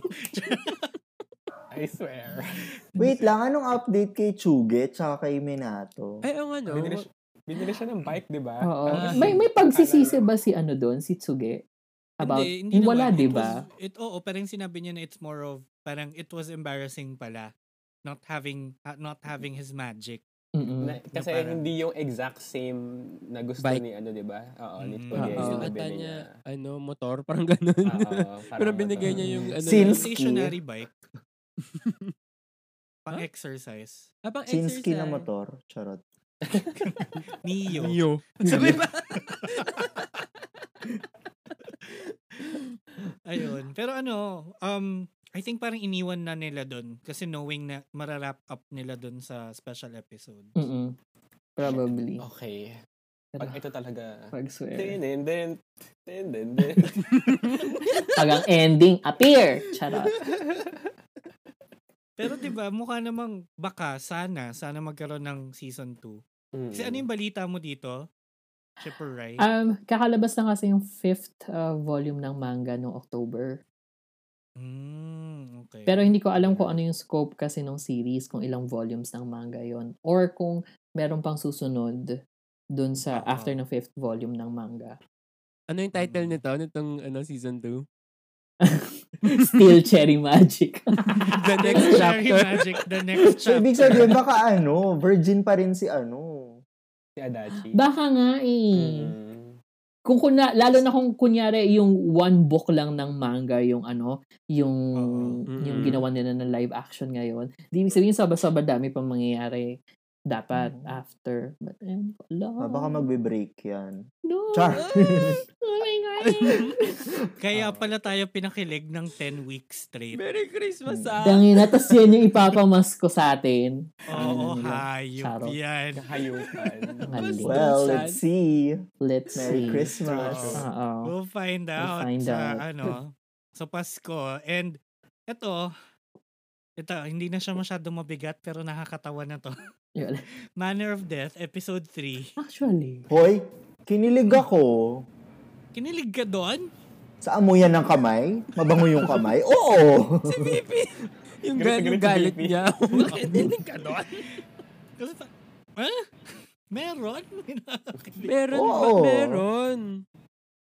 Speaker 6: I swear.
Speaker 3: Wait lang, anong update kay Chuge tsaka kay Minato?
Speaker 5: Ay, ang ano.
Speaker 6: Binili, siya, binili siya ng bike, di ba?
Speaker 2: Oo.
Speaker 5: Ah.
Speaker 2: May may pagsisisi ba si ano doon, si Tsuge? About,
Speaker 4: hindi, hindi
Speaker 2: wala, diba?
Speaker 4: naman. It was- It,
Speaker 2: di ba?
Speaker 4: oo, parang sinabi niya na it's more of, parang it was embarrassing pala not having ha- not having his magic.
Speaker 2: Mm-mm.
Speaker 6: Na- kasi
Speaker 4: parang-
Speaker 6: hindi yung exact same na gusto
Speaker 5: Mm. Bike.
Speaker 6: ni ano, di ba? Oo, ni
Speaker 4: Mm.
Speaker 6: Tugay.
Speaker 2: Oo.
Speaker 6: yung
Speaker 5: Yung ata
Speaker 6: nabili
Speaker 5: niya,
Speaker 6: niya. Ah,
Speaker 5: ano, motor, parang ganun.
Speaker 6: Oo, parang
Speaker 5: Pero binigay
Speaker 6: ano.
Speaker 5: niya yung, ano,
Speaker 3: Since- Sinski.
Speaker 4: Stationary bike. Pang-exercise.
Speaker 5: habang
Speaker 3: Sinski na
Speaker 5: exercise.
Speaker 3: motor. Charot.
Speaker 4: Neo.
Speaker 5: Neo.
Speaker 4: Sabi ba? Ayun. Pero ano, um, I think parang iniwan na nila doon kasi knowing na mararap up nila doon sa special episode.
Speaker 2: Mm-mm.
Speaker 4: Oh,
Speaker 2: Probably.
Speaker 6: Okay.
Speaker 2: Pero,
Speaker 6: Pag ito talaga.
Speaker 2: Pag-swear.
Speaker 6: Din, din, din. Din, din, din.
Speaker 2: Pag ang ending, appear! Charot.
Speaker 4: Pero 'di ba, mukha namang baka sana sana magkaroon ng season 2. Kasi ano yung balita mo dito? Shipper Rai?
Speaker 2: Um, kakalabas na kasi yung fifth uh, volume ng manga noong October.
Speaker 4: Mm, okay.
Speaker 2: Pero hindi ko alam kung ano yung scope kasi ng series, kung ilang volumes ng manga yon Or kung meron pang susunod dun sa
Speaker 5: Oo.
Speaker 2: after ng fifth volume ng manga.
Speaker 5: Ano yung title
Speaker 6: Mm.
Speaker 5: nito? Nitong ano, season 2?
Speaker 2: Still Cherry Magic.
Speaker 5: The next
Speaker 4: Cherry
Speaker 5: chapter.
Speaker 4: Magic, the next
Speaker 3: So,
Speaker 4: chapter.
Speaker 3: ibig sabihin, baka ano, virgin pa rin si ano.
Speaker 6: Si Adachi.
Speaker 2: Baka nga eh.
Speaker 6: Mm.
Speaker 2: Kung kuna, lalo na kung kunyari yung one book lang ng manga yung ano, yung
Speaker 5: Oo.
Speaker 2: yung
Speaker 5: Mm-mm.
Speaker 2: ginawa nila ng live action ngayon. Di ibig sabihin sabay-sabay dami pang mangyayari dapat after. But eh, ayun, wala.
Speaker 3: Ah, baka magbe-break yan.
Speaker 2: No.
Speaker 3: Char.
Speaker 2: Oh my God.
Speaker 4: Kaya pala tayo pinakilig ng 10 weeks straight.
Speaker 5: Merry Christmas, ah!
Speaker 2: Dangin na, tas yan yung ipapamas ko sa atin.
Speaker 4: Oo, oh,
Speaker 2: Ano nila?
Speaker 4: hayop
Speaker 2: Charot.
Speaker 4: yan.
Speaker 6: Kahayupan.
Speaker 2: Mali.
Speaker 3: Well, let's see.
Speaker 2: Let's
Speaker 3: Merry
Speaker 2: see.
Speaker 3: Christmas.
Speaker 4: Oo.
Speaker 2: Oo.
Speaker 4: We'll find out
Speaker 2: find
Speaker 4: sa
Speaker 2: out.
Speaker 4: ano, sa Pasko. And ito, ito, hindi na siya masyado mabigat pero nakakatawa na to.
Speaker 2: Yun.
Speaker 4: Manner of Death, Episode 3.
Speaker 2: Actually.
Speaker 3: Hoy, kinilig ako.
Speaker 4: Kinilig ka doon?
Speaker 3: Sa amuyan ng kamay? Mabango yung kamay? Oo!
Speaker 5: Si Bibi! Yung,
Speaker 6: Galit na
Speaker 5: gal- yung
Speaker 6: galit si
Speaker 5: galit
Speaker 6: Bibi.
Speaker 5: niya. Bakit hindi ka doon?
Speaker 4: Kasi sa- Huh? Meron? Hindi,
Speaker 5: Meron ba?
Speaker 3: Oo.
Speaker 5: Meron.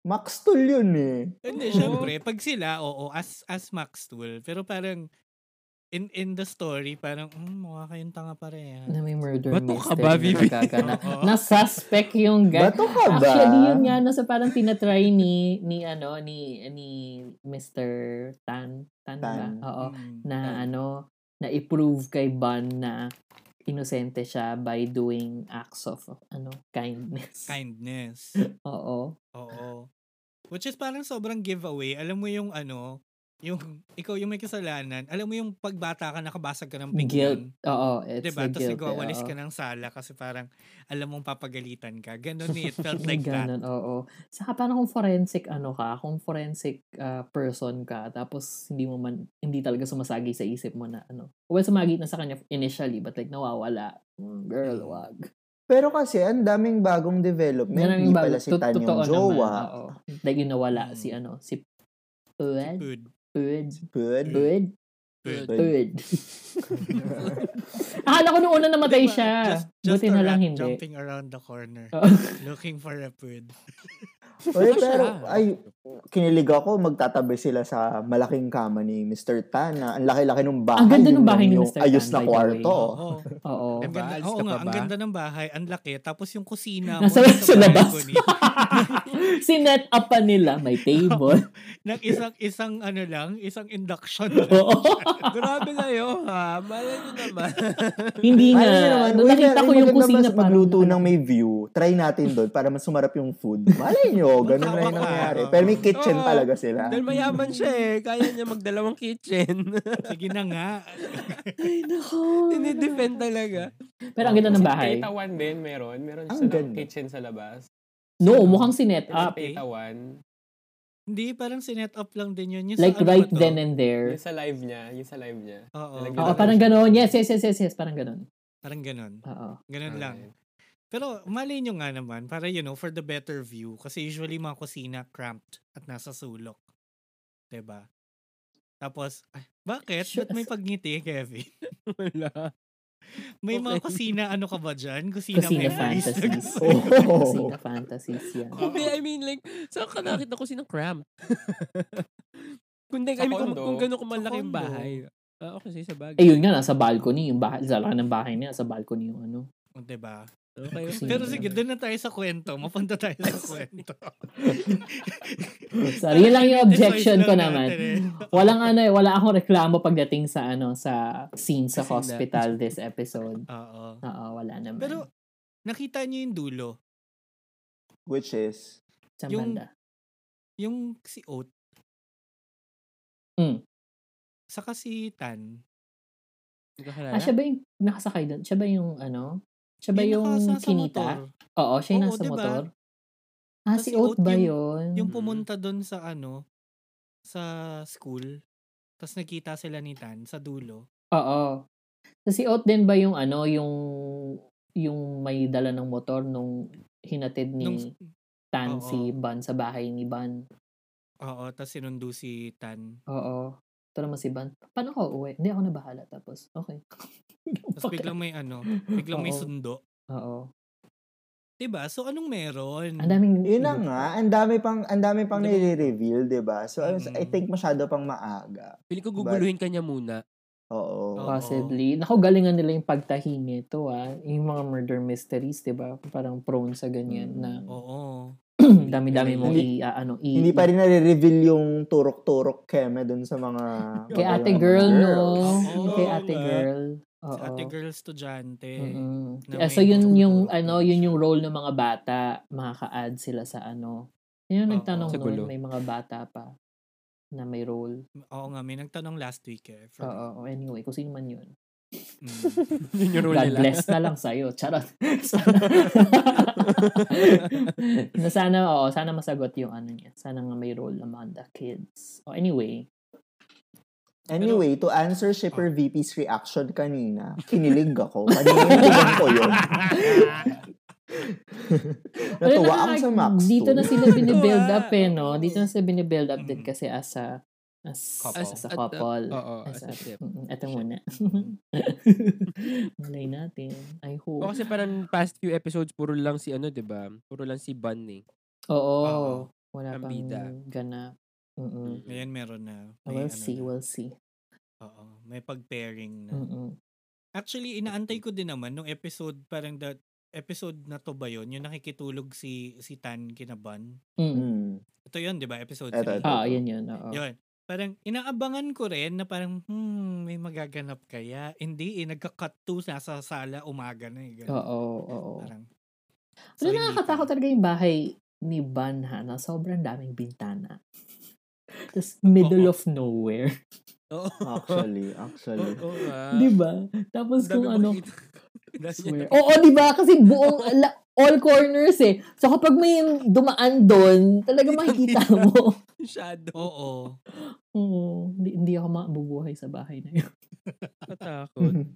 Speaker 3: Max Tool yun eh.
Speaker 4: Hindi, syempre. Pag sila, oo, as, as Max Tool. Pero parang, in in the story, parang, mm, mukha kayong tanga pareha.
Speaker 2: na may murder
Speaker 5: Bato
Speaker 2: mystery
Speaker 5: ka ba,
Speaker 2: na
Speaker 5: Bibi?
Speaker 2: nagkakanak.
Speaker 4: Oo.
Speaker 2: Na-suspect yung guy.
Speaker 3: Bato ka ba?
Speaker 2: Actually, yun nga, nasa parang tinatry ni, ni ano, ni, ni Mr. Tan. Tan, ba?
Speaker 3: Tan.
Speaker 2: Oo.
Speaker 4: Mm.
Speaker 2: Na ano, na i-prove kay Ban na inosente siya by doing acts of ano kindness.
Speaker 4: Kindness.
Speaker 2: Oo.
Speaker 4: Oo. Which is parang sobrang giveaway. Alam mo yung ano, yung ikaw yung may kasalanan. Alam mo yung pagbata ka, nakabasag ka ng
Speaker 2: Guilt.
Speaker 4: pinggan.
Speaker 2: Oo, it's
Speaker 4: Diba?
Speaker 2: the
Speaker 4: Tapos
Speaker 2: guilt.
Speaker 4: nagwawalis
Speaker 2: oo.
Speaker 4: ka ng sala kasi parang alam mong papagalitan ka. Ganon eh. It felt like that.
Speaker 2: Ganun, oo. Saka parang kung forensic ano ka, kung forensic ah, person ka, tapos hindi mo man, hindi talaga sumasagi sa isip mo na ano. Well, sumagi na sa kanya initially, but like nawawala. Mm, Girl, wag.
Speaker 3: Pero kasi, ang daming bagong development. Hindi
Speaker 2: bago.
Speaker 3: pala
Speaker 2: To-
Speaker 3: si Tan
Speaker 2: totoo
Speaker 3: yung
Speaker 2: naman,
Speaker 3: jowa.
Speaker 2: oo. Like yung nawala si
Speaker 4: Hmm.
Speaker 2: ano, si Pud.
Speaker 4: Food.
Speaker 2: Pud.
Speaker 3: Good.
Speaker 2: Pud.
Speaker 4: Food.
Speaker 2: Pud. Akala ko nung una namatay
Speaker 4: Diba?
Speaker 2: siya.
Speaker 4: Just- just
Speaker 2: Buti
Speaker 4: a
Speaker 2: na lang
Speaker 4: rat
Speaker 2: hindi. Oh.
Speaker 4: Jumping around the corner.
Speaker 2: Oo.
Speaker 4: Looking for a food.
Speaker 3: Oy, pero, ay, kinilig ako. Magtatabi sila sa malaking kama ni Mr. Tan. na Ang laki-laki ng bahay.
Speaker 2: Ang ganda ng
Speaker 3: Yun lang
Speaker 2: bahay ni
Speaker 3: yung
Speaker 2: Mr. Tan,
Speaker 3: Ayos
Speaker 2: by
Speaker 3: na
Speaker 2: the way.
Speaker 3: kwarto.
Speaker 4: Oo.
Speaker 2: Oo.
Speaker 4: Ang
Speaker 5: Diba?
Speaker 4: ganda,
Speaker 5: Alis
Speaker 4: oo
Speaker 5: ka
Speaker 4: nga,
Speaker 5: pa
Speaker 4: ang
Speaker 5: ba?
Speaker 4: ganda ng bahay, ang laki. Tapos yung kusina
Speaker 2: Nasa sa labas.
Speaker 4: balcony.
Speaker 2: Sinet up pa nila. May table.
Speaker 4: ng isang isang ano lang, isang induction. lang.
Speaker 2: Oo.
Speaker 5: Grabe kayo, ha? Malay nyo naman.
Speaker 2: Hindi nga.
Speaker 3: Ay, ano naman,
Speaker 2: Nung
Speaker 3: uy,
Speaker 2: nakita
Speaker 3: ay,
Speaker 2: ko yung
Speaker 3: maganda mas
Speaker 2: kusina parang
Speaker 3: magluto
Speaker 2: nakala-
Speaker 3: ng may view. Try natin doon para mas sumarap yung food. Malay nyo, ganun na yung
Speaker 4: Tama ka.
Speaker 3: nangyari. Pero may kitchen
Speaker 5: Oo.
Speaker 3: talaga sila.
Speaker 5: Dahil mayaman siya eh. Kaya niya magdalawang kitchen.
Speaker 4: Sige na nga.
Speaker 2: Ay, nako.
Speaker 5: Dinidefend talaga.
Speaker 2: Pero ang ganda ng bahay.
Speaker 6: Peta One din, meron. Meron
Speaker 3: Ang
Speaker 6: sa lang-
Speaker 3: ganda.
Speaker 6: kitchen sa labas.
Speaker 2: No, mukhang sinet
Speaker 6: Yung
Speaker 2: up.
Speaker 4: eh.
Speaker 6: Peta One.
Speaker 4: Hindi, parang sinet up lang din yun. Yung sa
Speaker 2: Like
Speaker 4: ano ba
Speaker 2: right
Speaker 4: to?
Speaker 2: then and there.
Speaker 6: Yung sa live niya. Yung sa live niya.
Speaker 4: Oo,
Speaker 6: Nalagyan
Speaker 2: Oo,
Speaker 6: Ganun.
Speaker 2: parang gano'n. Yes, yes, yes, yes, yes. Parang gano'n.
Speaker 4: parang ganun.
Speaker 2: Oo.
Speaker 4: Ganun lang.
Speaker 6: Alright.
Speaker 4: Pero malay nyo nga naman, para you know, for the better view. Kasi usually mga kusina cramped at nasa sulok. 'Di ba? Tapos, ay, bakit? Ba't may pagngiti, Kevin?
Speaker 5: Wala.
Speaker 4: May mga
Speaker 5: Okay.
Speaker 4: kusina, ano ka ba dyan? Kusina,
Speaker 2: Casino
Speaker 4: memories.
Speaker 2: fantasies.
Speaker 3: Oo.
Speaker 2: Casino fantasies yan.
Speaker 5: Hindi, I mean like, saan ka nakita ko sinang cramp? Kundi,
Speaker 6: Sa
Speaker 5: I mean, kung,
Speaker 6: condo.
Speaker 5: kung gano'n kumalaki yung
Speaker 4: condo.
Speaker 5: bahay. Ah, okay, sige, sa bagay.
Speaker 2: Eh, yun nga, nasa balcony. Yung bahay, sa laki ng bahay niya, nasa balcony yung ano.
Speaker 4: O, 'di ba?
Speaker 5: Okay, okay.
Speaker 4: Oh, diba? Pero sige, doon na tayo sa kwento. Mapunta tayo sa kwento.
Speaker 2: Sorry, yun lang yung objection ko
Speaker 4: Choice lang
Speaker 2: naman.
Speaker 4: natin eh.
Speaker 2: Walang ano eh, wala akong reklamo pagdating sa ano, sa scene sa
Speaker 5: Kasi na.
Speaker 2: hospital this episode.
Speaker 4: Oo.
Speaker 2: Oo, wala naman.
Speaker 4: Pero, nakita niyo yung dulo.
Speaker 3: Which is,
Speaker 2: sa
Speaker 4: yung-
Speaker 2: banda.
Speaker 4: Yung si Oat.
Speaker 2: Mm.
Speaker 4: Saka si Tan.
Speaker 5: Hindi ko kilala.
Speaker 2: Ah, siya ba yung nakasakay doon? Siya ba yung ano? Siya ba yung
Speaker 4: nakakas na sa
Speaker 2: kinita?
Speaker 4: motor.
Speaker 2: Oo, siya yung
Speaker 4: Oo,
Speaker 2: nasa
Speaker 4: diba?
Speaker 2: motor. Ah,
Speaker 4: Tas
Speaker 2: si
Speaker 4: si
Speaker 2: Oat
Speaker 4: Oat
Speaker 2: ba
Speaker 4: yung-
Speaker 2: yun?
Speaker 4: Yung
Speaker 5: Mm.
Speaker 4: pumunta doon sa ano, sa school. Tapos nakita sila ni Tan sa dulo.
Speaker 2: Oo. So, si Oat din ba yung ano, yung yung may dala ng motor nung hinatid ni
Speaker 4: Nung,
Speaker 2: Tan
Speaker 4: oo.
Speaker 2: si Ban sa bahay ni Ban.
Speaker 4: oo, tapos sinundo si Tan.
Speaker 2: Oo. Ito naman si Ban. Paano ako uwi? Hindi ako nabahala tapos. Okay.
Speaker 4: Tapos biglang may ano, biglang may
Speaker 2: Oo.
Speaker 4: sundo.
Speaker 2: Oo.
Speaker 4: Diba? So, anong meron?
Speaker 2: Ang daming...
Speaker 3: Yun na nga, ang dami pang ang dami pang
Speaker 4: Ang dami.
Speaker 3: nire-reveal, 'di ba? So I-
Speaker 4: Mm.
Speaker 3: I think masyado pang maaga.
Speaker 5: Pili ko guguluhin ka niya muna.
Speaker 3: Oo.
Speaker 4: Oo.
Speaker 2: Possibly. Naku, galingan nila yung pagtahi nito ah. Yung mga murder mysteries, di ba? Parang prone sa ganyan na
Speaker 4: Oo.
Speaker 2: dami-dami mo i,
Speaker 3: Hindi-
Speaker 2: ah, ano, i,
Speaker 3: Hindi pa rin nare-reveal yung turok-turok keme dun sa mga
Speaker 2: Kay
Speaker 3: mga-
Speaker 2: ate
Speaker 3: mga
Speaker 2: girl,
Speaker 3: girls.
Speaker 2: no?
Speaker 4: Oo,
Speaker 2: Kay ate
Speaker 4: nga.
Speaker 2: girl.
Speaker 4: Si
Speaker 2: Oo.
Speaker 4: Ate Girl Estudyante.
Speaker 2: Mm-mm.
Speaker 4: na
Speaker 2: Ah,
Speaker 4: may
Speaker 2: so yun
Speaker 4: tuturo.
Speaker 2: yung ano, yun yung role ng mga bata, makaka-add sila sa ano. Yun yung
Speaker 4: Oo.
Speaker 2: nagtanong
Speaker 5: Sa
Speaker 2: noon,
Speaker 5: gulo.
Speaker 2: may mga bata pa na may role.
Speaker 4: Oo nga, may nagtanong last week eh.
Speaker 2: Oo,
Speaker 4: From,
Speaker 2: oo. anyway, kung sino man yun.
Speaker 4: Mm.
Speaker 5: Yun yung role
Speaker 2: God
Speaker 5: nila.
Speaker 2: bless na lang sa'yo. Charot. Sana, na sana, oo, sana masagot yung ano niya. Sana nga may role naman the kids. Oh, anyway,
Speaker 3: Anyway, to
Speaker 4: Oh.
Speaker 3: answer Shipper VP's reaction kanina, kinilig ako. Kanina kinilig ko yun. Natuwa
Speaker 2: Wala
Speaker 3: ako
Speaker 2: na,
Speaker 3: sa Max
Speaker 2: Dito na
Speaker 3: to.
Speaker 2: sila binibuild up eh, no?
Speaker 4: Oo.
Speaker 2: Dito na sila binibuild up din
Speaker 4: Mm.
Speaker 2: kasi as a as,
Speaker 6: Couple.
Speaker 2: as,
Speaker 5: As-
Speaker 2: a
Speaker 5: at-
Speaker 2: couple.
Speaker 5: Oo,
Speaker 2: as
Speaker 5: as a tip.
Speaker 2: mm, Ito muna. Malay natin. I hope.
Speaker 5: O kasi parang past few episodes, puro lang si ano, di ba? Puro lang si Ban eh.
Speaker 2: Oo.
Speaker 4: Oo.
Speaker 2: Wala
Speaker 5: Ang
Speaker 2: pang
Speaker 5: bida.
Speaker 2: ganap. Mm-mm.
Speaker 4: Ngayon meron na. Mm. May
Speaker 2: We'll
Speaker 4: ano
Speaker 2: see,
Speaker 4: na.
Speaker 2: we'll see.
Speaker 4: Oo, may pag-pairing na.
Speaker 2: Mm-mm.
Speaker 4: Actually,
Speaker 2: Mm.
Speaker 4: inaantay ko din naman nung episode, parang that episode na to ba yun? Yung nakikitulog si si Tan kinaban.
Speaker 2: Mm.
Speaker 3: Mm.
Speaker 4: Ito yun, di ba? Episode
Speaker 3: Eto,
Speaker 4: three.
Speaker 3: eto.
Speaker 2: Ah, yun yun. Oo.
Speaker 4: Yun. Parang inaabangan ko rin na parang, hmm, may magaganap kaya. Hindi eh, nagka-cut to, nasa sala, umaga na eh. ganun.
Speaker 2: Oo, Ah, oo.
Speaker 4: Parang,
Speaker 2: Pero
Speaker 4: hindi
Speaker 2: Ano, nakakatakot
Speaker 4: pa.
Speaker 2: talaga yung bahay ni Ban ha, na sobrang daming bintana. Tapos middle
Speaker 4: Oo.
Speaker 2: of nowhere.
Speaker 5: Oo.
Speaker 3: Actually, actually.
Speaker 5: Oo nga.
Speaker 4: Ah,
Speaker 2: Di ba? Tapos kung ano,
Speaker 5: Swear.
Speaker 2: Swear. Oo, di ba? Kasi buong ala, all corners eh. So kapag may dumaan doon, talaga makikita mo.
Speaker 5: Shadow.
Speaker 4: Oo.
Speaker 2: Oo, hindi, hindi ako mabubuhay sa bahay na yun.
Speaker 5: Katakot.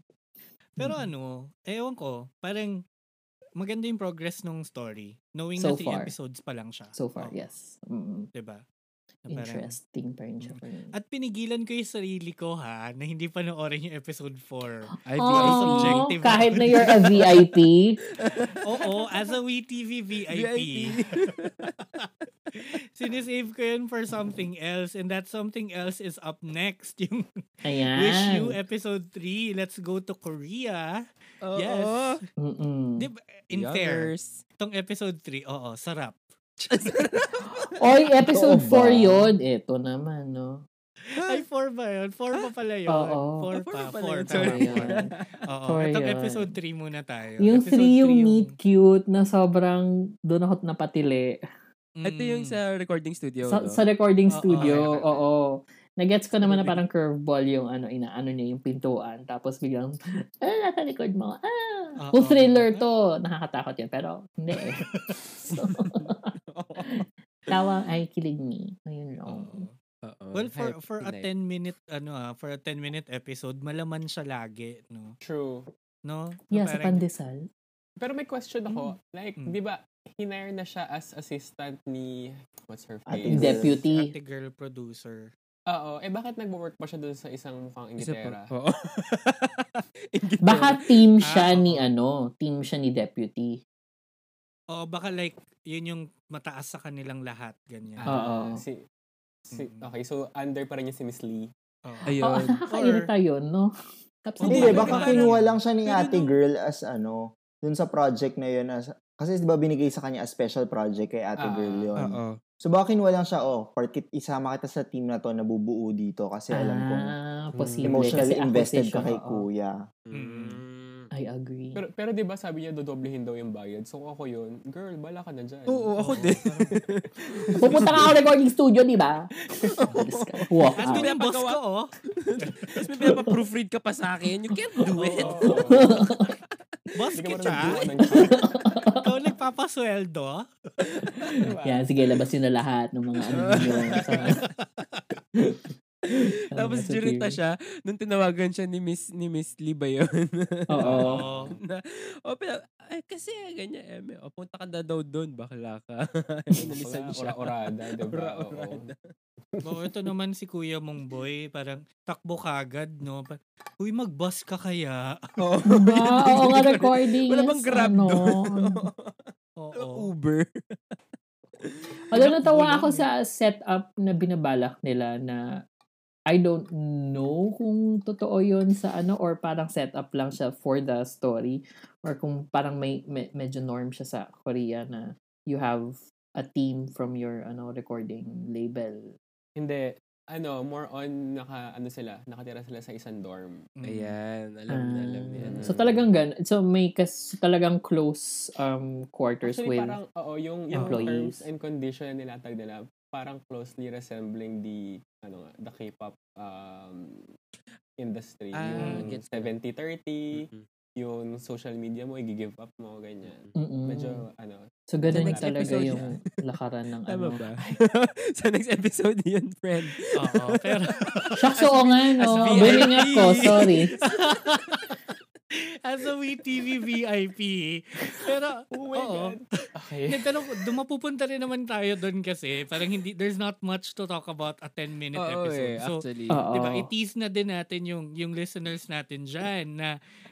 Speaker 4: Pero
Speaker 2: Mm.
Speaker 4: ano, ewan ko, parang maganda yung progress nung story. Knowing na
Speaker 2: So
Speaker 4: three
Speaker 2: far.
Speaker 4: episodes pa lang siya.
Speaker 2: So far,
Speaker 4: Oo,
Speaker 2: yes. Mm,
Speaker 4: Diba? Na parang-
Speaker 2: interesting pa rin siya. for me.
Speaker 4: At pinigilan ko yung sarili ko ha, na hindi panoorin yung episode 4.
Speaker 2: Aw,
Speaker 5: IVI subject.
Speaker 4: subjective.
Speaker 2: kahit na you're a VIP.
Speaker 4: Oo, as a E WeTV VIP. Sinisave ko yun for something else and that something else is up next. Yung
Speaker 2: Ah.
Speaker 4: Wish You
Speaker 2: Ayan.
Speaker 4: episode 3, Let's Go to Korea.
Speaker 5: Oo.
Speaker 4: Yes.
Speaker 2: Mm-mm.
Speaker 4: Di ba? In fair,
Speaker 5: Yuckers.
Speaker 4: itong episode 3, oo, sarap.
Speaker 2: Oy, episode 4
Speaker 3: Totoo ba?
Speaker 2: yun. Eto naman, no?
Speaker 4: Ay, 4 ba yun? 4 pa pala yun. 4
Speaker 2: Oo.
Speaker 5: Ah, Four
Speaker 4: pa.
Speaker 5: pa pala
Speaker 4: 4
Speaker 5: yun,
Speaker 4: pa.
Speaker 5: sorry.
Speaker 4: Oo,
Speaker 2: Four
Speaker 4: itong
Speaker 2: yun.
Speaker 4: episode 3 muna tayo.
Speaker 2: Yung 3
Speaker 4: Episode
Speaker 2: yung
Speaker 4: three
Speaker 2: meet cute na sobrang doon ako napatili.
Speaker 5: Ito yung
Speaker 4: Mm.
Speaker 5: sa recording studio.
Speaker 2: sa,
Speaker 5: no?
Speaker 2: sa recording
Speaker 4: Oo,
Speaker 2: studio,
Speaker 4: okay, okay.
Speaker 2: oo. Nagets ko naman na parang curveball yung ano, inaano niya yung pintuan. Tapos biglang, ah, nasa likod mo. Ah,
Speaker 4: Oo. diba?
Speaker 2: kung thriller to. Nakakatakot yun, pero hindi eh. so, tawa, ay, kilig me. Ayun lang.
Speaker 4: Oo.
Speaker 5: Oo.
Speaker 4: Well, for
Speaker 5: Happy
Speaker 4: for a
Speaker 5: night.
Speaker 4: 10 minute ano ah, for a 10 minute episode, malaman siya lagi, no?
Speaker 6: True.
Speaker 4: No? So,
Speaker 2: yeah, sa
Speaker 4: parang-
Speaker 2: pandesal.
Speaker 6: Pero may question ako.
Speaker 2: Hmm.
Speaker 6: Like,
Speaker 4: Mm.
Speaker 6: di ba, hinire na siya as assistant ni, what's her
Speaker 3: Ate
Speaker 6: face?
Speaker 3: Dep.
Speaker 2: Deputy.
Speaker 4: Ate girl producer.
Speaker 6: Oo. Eh, bakit nagwo-work pa siya dun sa isang mukhang
Speaker 5: Isa pa.
Speaker 6: ingitera?
Speaker 5: Oo. Ingitera.
Speaker 2: Baka team siya
Speaker 4: Ah,
Speaker 2: ni
Speaker 4: oo.
Speaker 2: ano, team siya ni deputy.
Speaker 4: O baka like yun yung mataas sa kanilang lahat ganyan.
Speaker 2: Ah. Oo.
Speaker 6: Si, si,
Speaker 4: Mm.
Speaker 6: okay, so under pa rin niya si Miss Lee.
Speaker 4: Oo.
Speaker 2: Oo,
Speaker 5: Ayun.
Speaker 2: nakakairita Oh, yun, no? Tapos
Speaker 4: Oo,
Speaker 3: Hindi,
Speaker 4: Hindi,
Speaker 3: baka
Speaker 4: parang-
Speaker 3: kinuha lang siya ni
Speaker 4: Pero
Speaker 3: ate
Speaker 4: nung-
Speaker 3: girl as ano, dun sa project na yun. As, kasi di ba binigay sa kanya as special project kay ate
Speaker 6: Ah,
Speaker 3: girl yun.
Speaker 5: Oo.
Speaker 3: So baka kinuha lang siya, oh, porkit isama kita sa team na to na bubuo dito kasi alam kong
Speaker 2: Ah,
Speaker 5: Hmm.
Speaker 2: posible.
Speaker 3: emotionally
Speaker 2: Kasi ako
Speaker 3: invested
Speaker 2: siya,
Speaker 3: ka kay
Speaker 2: oo.
Speaker 3: kuya.
Speaker 6: Hmm.
Speaker 5: Mm.
Speaker 2: I agree.
Speaker 6: Pero, pero di ba sabi niya dodoblehin daw yung bayad? So ako yun, girl, bala ka na dyan.
Speaker 5: Oo, ako din.
Speaker 2: Pupunta ka ako recording studio, di ba? Walk
Speaker 4: At
Speaker 5: Ah.
Speaker 2: out.
Speaker 5: Hindi
Speaker 4: yung boss ko, oh.
Speaker 5: Tapos may pinapa-proofread ka pa sa akin. You can't do it.
Speaker 4: Boss
Speaker 6: Hindi ka
Speaker 4: kita.
Speaker 6: marunong ng chat.
Speaker 4: Ikaw nagpapasweldo.
Speaker 6: Diba?
Speaker 2: Yan, sige, labas yun na lahat ng mga ano ninyo. Sa,
Speaker 5: Tapos
Speaker 2: sa
Speaker 5: jurita
Speaker 2: theory.
Speaker 5: siya. Nung tinawagan siya ni Miss, ni Miss Lee ba yun?
Speaker 2: Oo.
Speaker 4: Oo.
Speaker 5: na, oh, pero, ay, kasi ganyan, eh, may- oh, punta ka na daw doon, bakla ka. Inalisan siya.
Speaker 6: Ura-urada, di ba? Oo.
Speaker 5: Ura-urada.
Speaker 4: Oo, ito naman si Kuya mong boy, parang takbo kagad, no? Pa- Uy, mag-boss ka kaya?
Speaker 5: Oo.
Speaker 2: Ba, Ah, oo nga, recording.
Speaker 5: Wala bang
Speaker 2: yes,
Speaker 5: grab
Speaker 2: ano.
Speaker 5: doon?
Speaker 4: Oo, Oo.
Speaker 5: Uber.
Speaker 2: Although
Speaker 4: Ilang
Speaker 2: natawa
Speaker 4: ulo,
Speaker 2: ako
Speaker 4: eh.
Speaker 2: sa setup na binabalak nila na I don't know kung totoo yon sa ano or parang setup lang siya for the story or kung parang may, me- medyo norm siya sa Korea na you have a team from your ano recording label.
Speaker 6: Hindi. Ano, more on, naka, ano sila, nakatira sila sa isang dorm.
Speaker 4: Mm.
Speaker 5: Ayan, alam na, Mm. alam
Speaker 2: Ah.
Speaker 5: niya.
Speaker 2: So talagang gan so may kas talagang close um quarters
Speaker 6: Actually,
Speaker 2: with
Speaker 6: parang, oo, yung, yung
Speaker 2: employees.
Speaker 6: terms and condition na nilatag nila, parang closely resembling the, ano nga, the K-pop um, industry.
Speaker 5: Ah,
Speaker 6: yung
Speaker 5: gets ko.
Speaker 6: 70-30,
Speaker 4: Mm-hmm.
Speaker 5: Mhm.
Speaker 6: yung social media mo, i-give up mo, ganyan.
Speaker 2: Mm-mm.
Speaker 6: Medyo,
Speaker 5: Mm.
Speaker 6: ano,
Speaker 2: so ganun
Speaker 5: Sa next
Speaker 2: talaga
Speaker 5: episode
Speaker 2: yung lakaran ng ano.
Speaker 5: Tama ba? Sa next episode yun, friend.
Speaker 4: Mm. Oo, pero
Speaker 2: Shucks, oo nga,
Speaker 5: as
Speaker 2: no.
Speaker 5: VIP.
Speaker 2: Bringing up ko, sorry.
Speaker 4: as a WeTV VIP. Pero,
Speaker 6: oh my
Speaker 4: oo.
Speaker 6: God. Okay.
Speaker 4: Hindi, pero dumapupunta rin naman tayo doon kasi parang hindi, there's not much to talk about a 10-minute
Speaker 5: Oo
Speaker 4: episode.
Speaker 5: eh,
Speaker 4: so,
Speaker 5: actually.
Speaker 2: Oo.
Speaker 4: di ba, i-tease na din natin yung, yung listeners natin dyan na,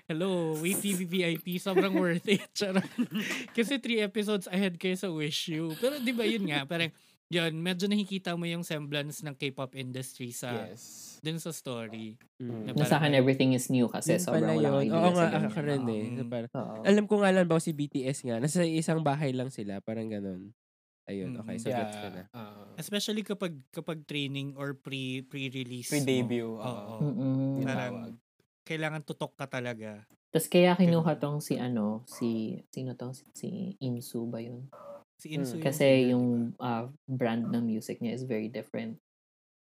Speaker 4: hello, WeTV VIP, sobrang worth it. Charot. kasi three episodes ahead kayo sa Wish You. Pero di ba, yun nga, parang, yun, medyo nakikita mo yung semblance ng K-pop industry sa,
Speaker 6: yes.
Speaker 4: dun sa story.
Speaker 5: Mm.
Speaker 2: Na sa akin, everything is new kasi
Speaker 5: Yun
Speaker 2: sobrang
Speaker 5: pala
Speaker 2: wala akong
Speaker 5: yun.
Speaker 2: idea
Speaker 5: Oo nga,
Speaker 2: sa ganyan.
Speaker 5: ako rin eh.
Speaker 4: Oo.
Speaker 5: So, parang-
Speaker 2: Oo.
Speaker 5: alam ko nga lang ba si BTS nga, nasa isang bahay lang sila, parang ganun. Ayun,
Speaker 4: Mm,
Speaker 5: okay, so
Speaker 6: Yeah.
Speaker 5: gets ko na.
Speaker 6: ah,
Speaker 4: Especially kapag kapag training or pre pre-release. mo.
Speaker 6: Pre-debut,
Speaker 4: Oo.
Speaker 6: oo.
Speaker 5: Hmm,
Speaker 2: Mm-mm.
Speaker 6: Yun.
Speaker 4: Parang kailangan tutok ka talaga.
Speaker 2: Tapos kaya kinuha tong si ano, si, sino to? Si Insu ba yun?
Speaker 5: Hmm,
Speaker 4: Si Insu.
Speaker 6: Mm.
Speaker 4: Mm-hmm.
Speaker 2: Kasi yung ah, brand ng music niya is very different.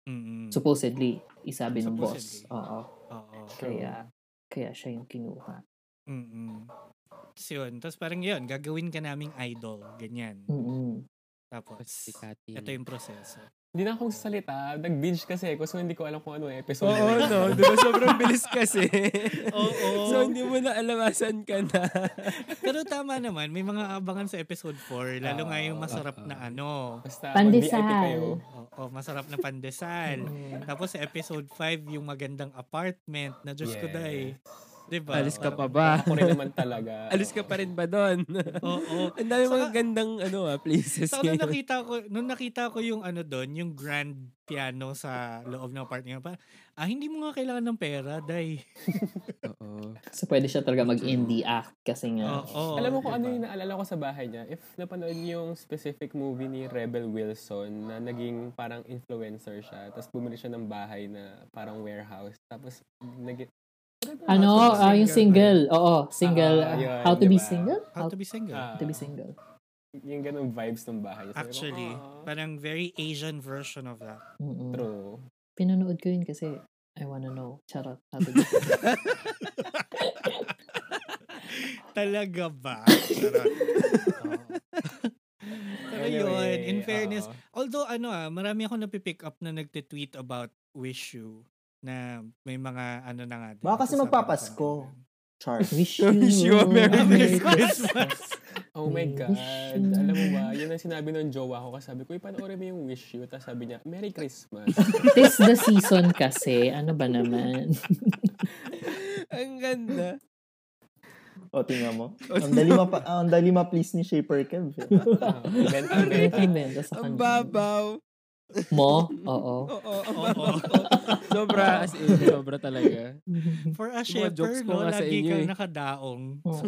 Speaker 4: Mm-mm.
Speaker 2: Supposedly, isabi ng boss.
Speaker 4: Supposedly.
Speaker 2: Oo.
Speaker 4: Oo.
Speaker 2: Kaya, kaya siya yung kinuha.
Speaker 4: Mm-mm. Tapos yun. Tapos parang yun, gagawin ka naming idol. Ganyan.
Speaker 2: Mm-mm.
Speaker 4: Tapos,
Speaker 5: Sikat
Speaker 4: ito yung proseso.
Speaker 6: Hindi na akong salita. Nag-binge kasi ako, so hindi ko alam kung ano
Speaker 5: Oo,
Speaker 6: episode. na yun.
Speaker 5: no. Diba sobrang bilis kasi.
Speaker 4: Oo.
Speaker 5: so, hindi mo na alamasan ka na.
Speaker 4: Pero tama naman, may mga abangan sa episode 4. Lalo nga yung masarap na ano.
Speaker 6: Basta,
Speaker 2: Pandesal.
Speaker 6: mag-VIP kayo.
Speaker 4: Oo, masarap na pandesal. Tapos sa episode 5, yung magandang apartment na Diyos ko
Speaker 6: Yes.
Speaker 4: dahi. Diba?
Speaker 5: Alis ka pa ba?
Speaker 6: Ako rin naman talaga.
Speaker 5: Alis ka pa rin ba doon?
Speaker 4: Oo.
Speaker 5: Ang dami mga
Speaker 4: Saka-
Speaker 5: gandang ano, ah, places
Speaker 4: So, nung
Speaker 5: ngayon.
Speaker 4: nakita ko, nung nakita ko yung ano doon, yung grand piano sa loob ng apartment, pa, ah, hindi mo nga kailangan ng pera, day.
Speaker 5: Oo.
Speaker 2: So pwede siya talaga mag-indie act kasi nga.
Speaker 4: Oo.
Speaker 6: Alam mo kung ano
Speaker 4: diba?
Speaker 6: yung naalala ko sa bahay niya? If napanood niyo yung specific movie ni Rebel Wilson na naging parang influencer siya, tapos bumili siya ng bahay na parang warehouse, tapos nag-
Speaker 2: Ano?
Speaker 4: Single
Speaker 2: ah, yung
Speaker 4: ba?
Speaker 2: single. Oo, single.
Speaker 6: Ah, yun,
Speaker 2: how to be
Speaker 6: diba?
Speaker 2: single?
Speaker 4: How to be single.
Speaker 6: Ah,
Speaker 2: to be single.
Speaker 6: yung ganong vibes ng bahay. Sabi ko,
Speaker 4: Actually,
Speaker 6: "Ah,
Speaker 4: parang very Asian version of that.
Speaker 2: Mm-mm.
Speaker 6: true.
Speaker 2: Pinanood ko yun kasi I wanna know. Charot. How to be
Speaker 4: Talaga ba? Charot. Oo. Pero yun, in
Speaker 6: Anyway,
Speaker 4: fairness,
Speaker 6: oo.
Speaker 4: although ano ah, marami ako napipick up na nagtitweet about Wish You na may mga ano na nga. din,
Speaker 3: Baka kasi
Speaker 4: nasasabi na pa
Speaker 3: magpapasko.
Speaker 4: namin.
Speaker 3: Char.
Speaker 2: Wish you,
Speaker 5: you Wish you a Merry
Speaker 4: a Merry Christmas.
Speaker 6: Oh my
Speaker 2: Wish
Speaker 6: God.
Speaker 2: you.
Speaker 6: Alam mo ba, yun ang sinabi ng jowa ko. Kasi sabi ko, ipanoorin mo yung wish you. Tapos sabi niya, Merry Christmas.
Speaker 2: This the season kasi. Ano ba naman?
Speaker 5: Ang ganda.
Speaker 3: O, tingnan mo. Ang dali mapa, ang dali ma-please ni Shaper Kev. eh.
Speaker 6: Ah, event,
Speaker 2: Ang
Speaker 6: event.
Speaker 2: benta sa
Speaker 5: Ang
Speaker 2: kanila.
Speaker 5: babaw.
Speaker 2: Mo? Oo.
Speaker 5: Oo, ang
Speaker 4: Oo.
Speaker 5: babaw. sobra, as in, sobra talaga.
Speaker 4: For a
Speaker 5: Yung mga jokes
Speaker 4: shipper,
Speaker 5: ko
Speaker 4: no,
Speaker 5: nga sa
Speaker 4: lagi
Speaker 5: inyo,
Speaker 4: kang
Speaker 5: eh.
Speaker 4: nakadaong.
Speaker 2: Oo.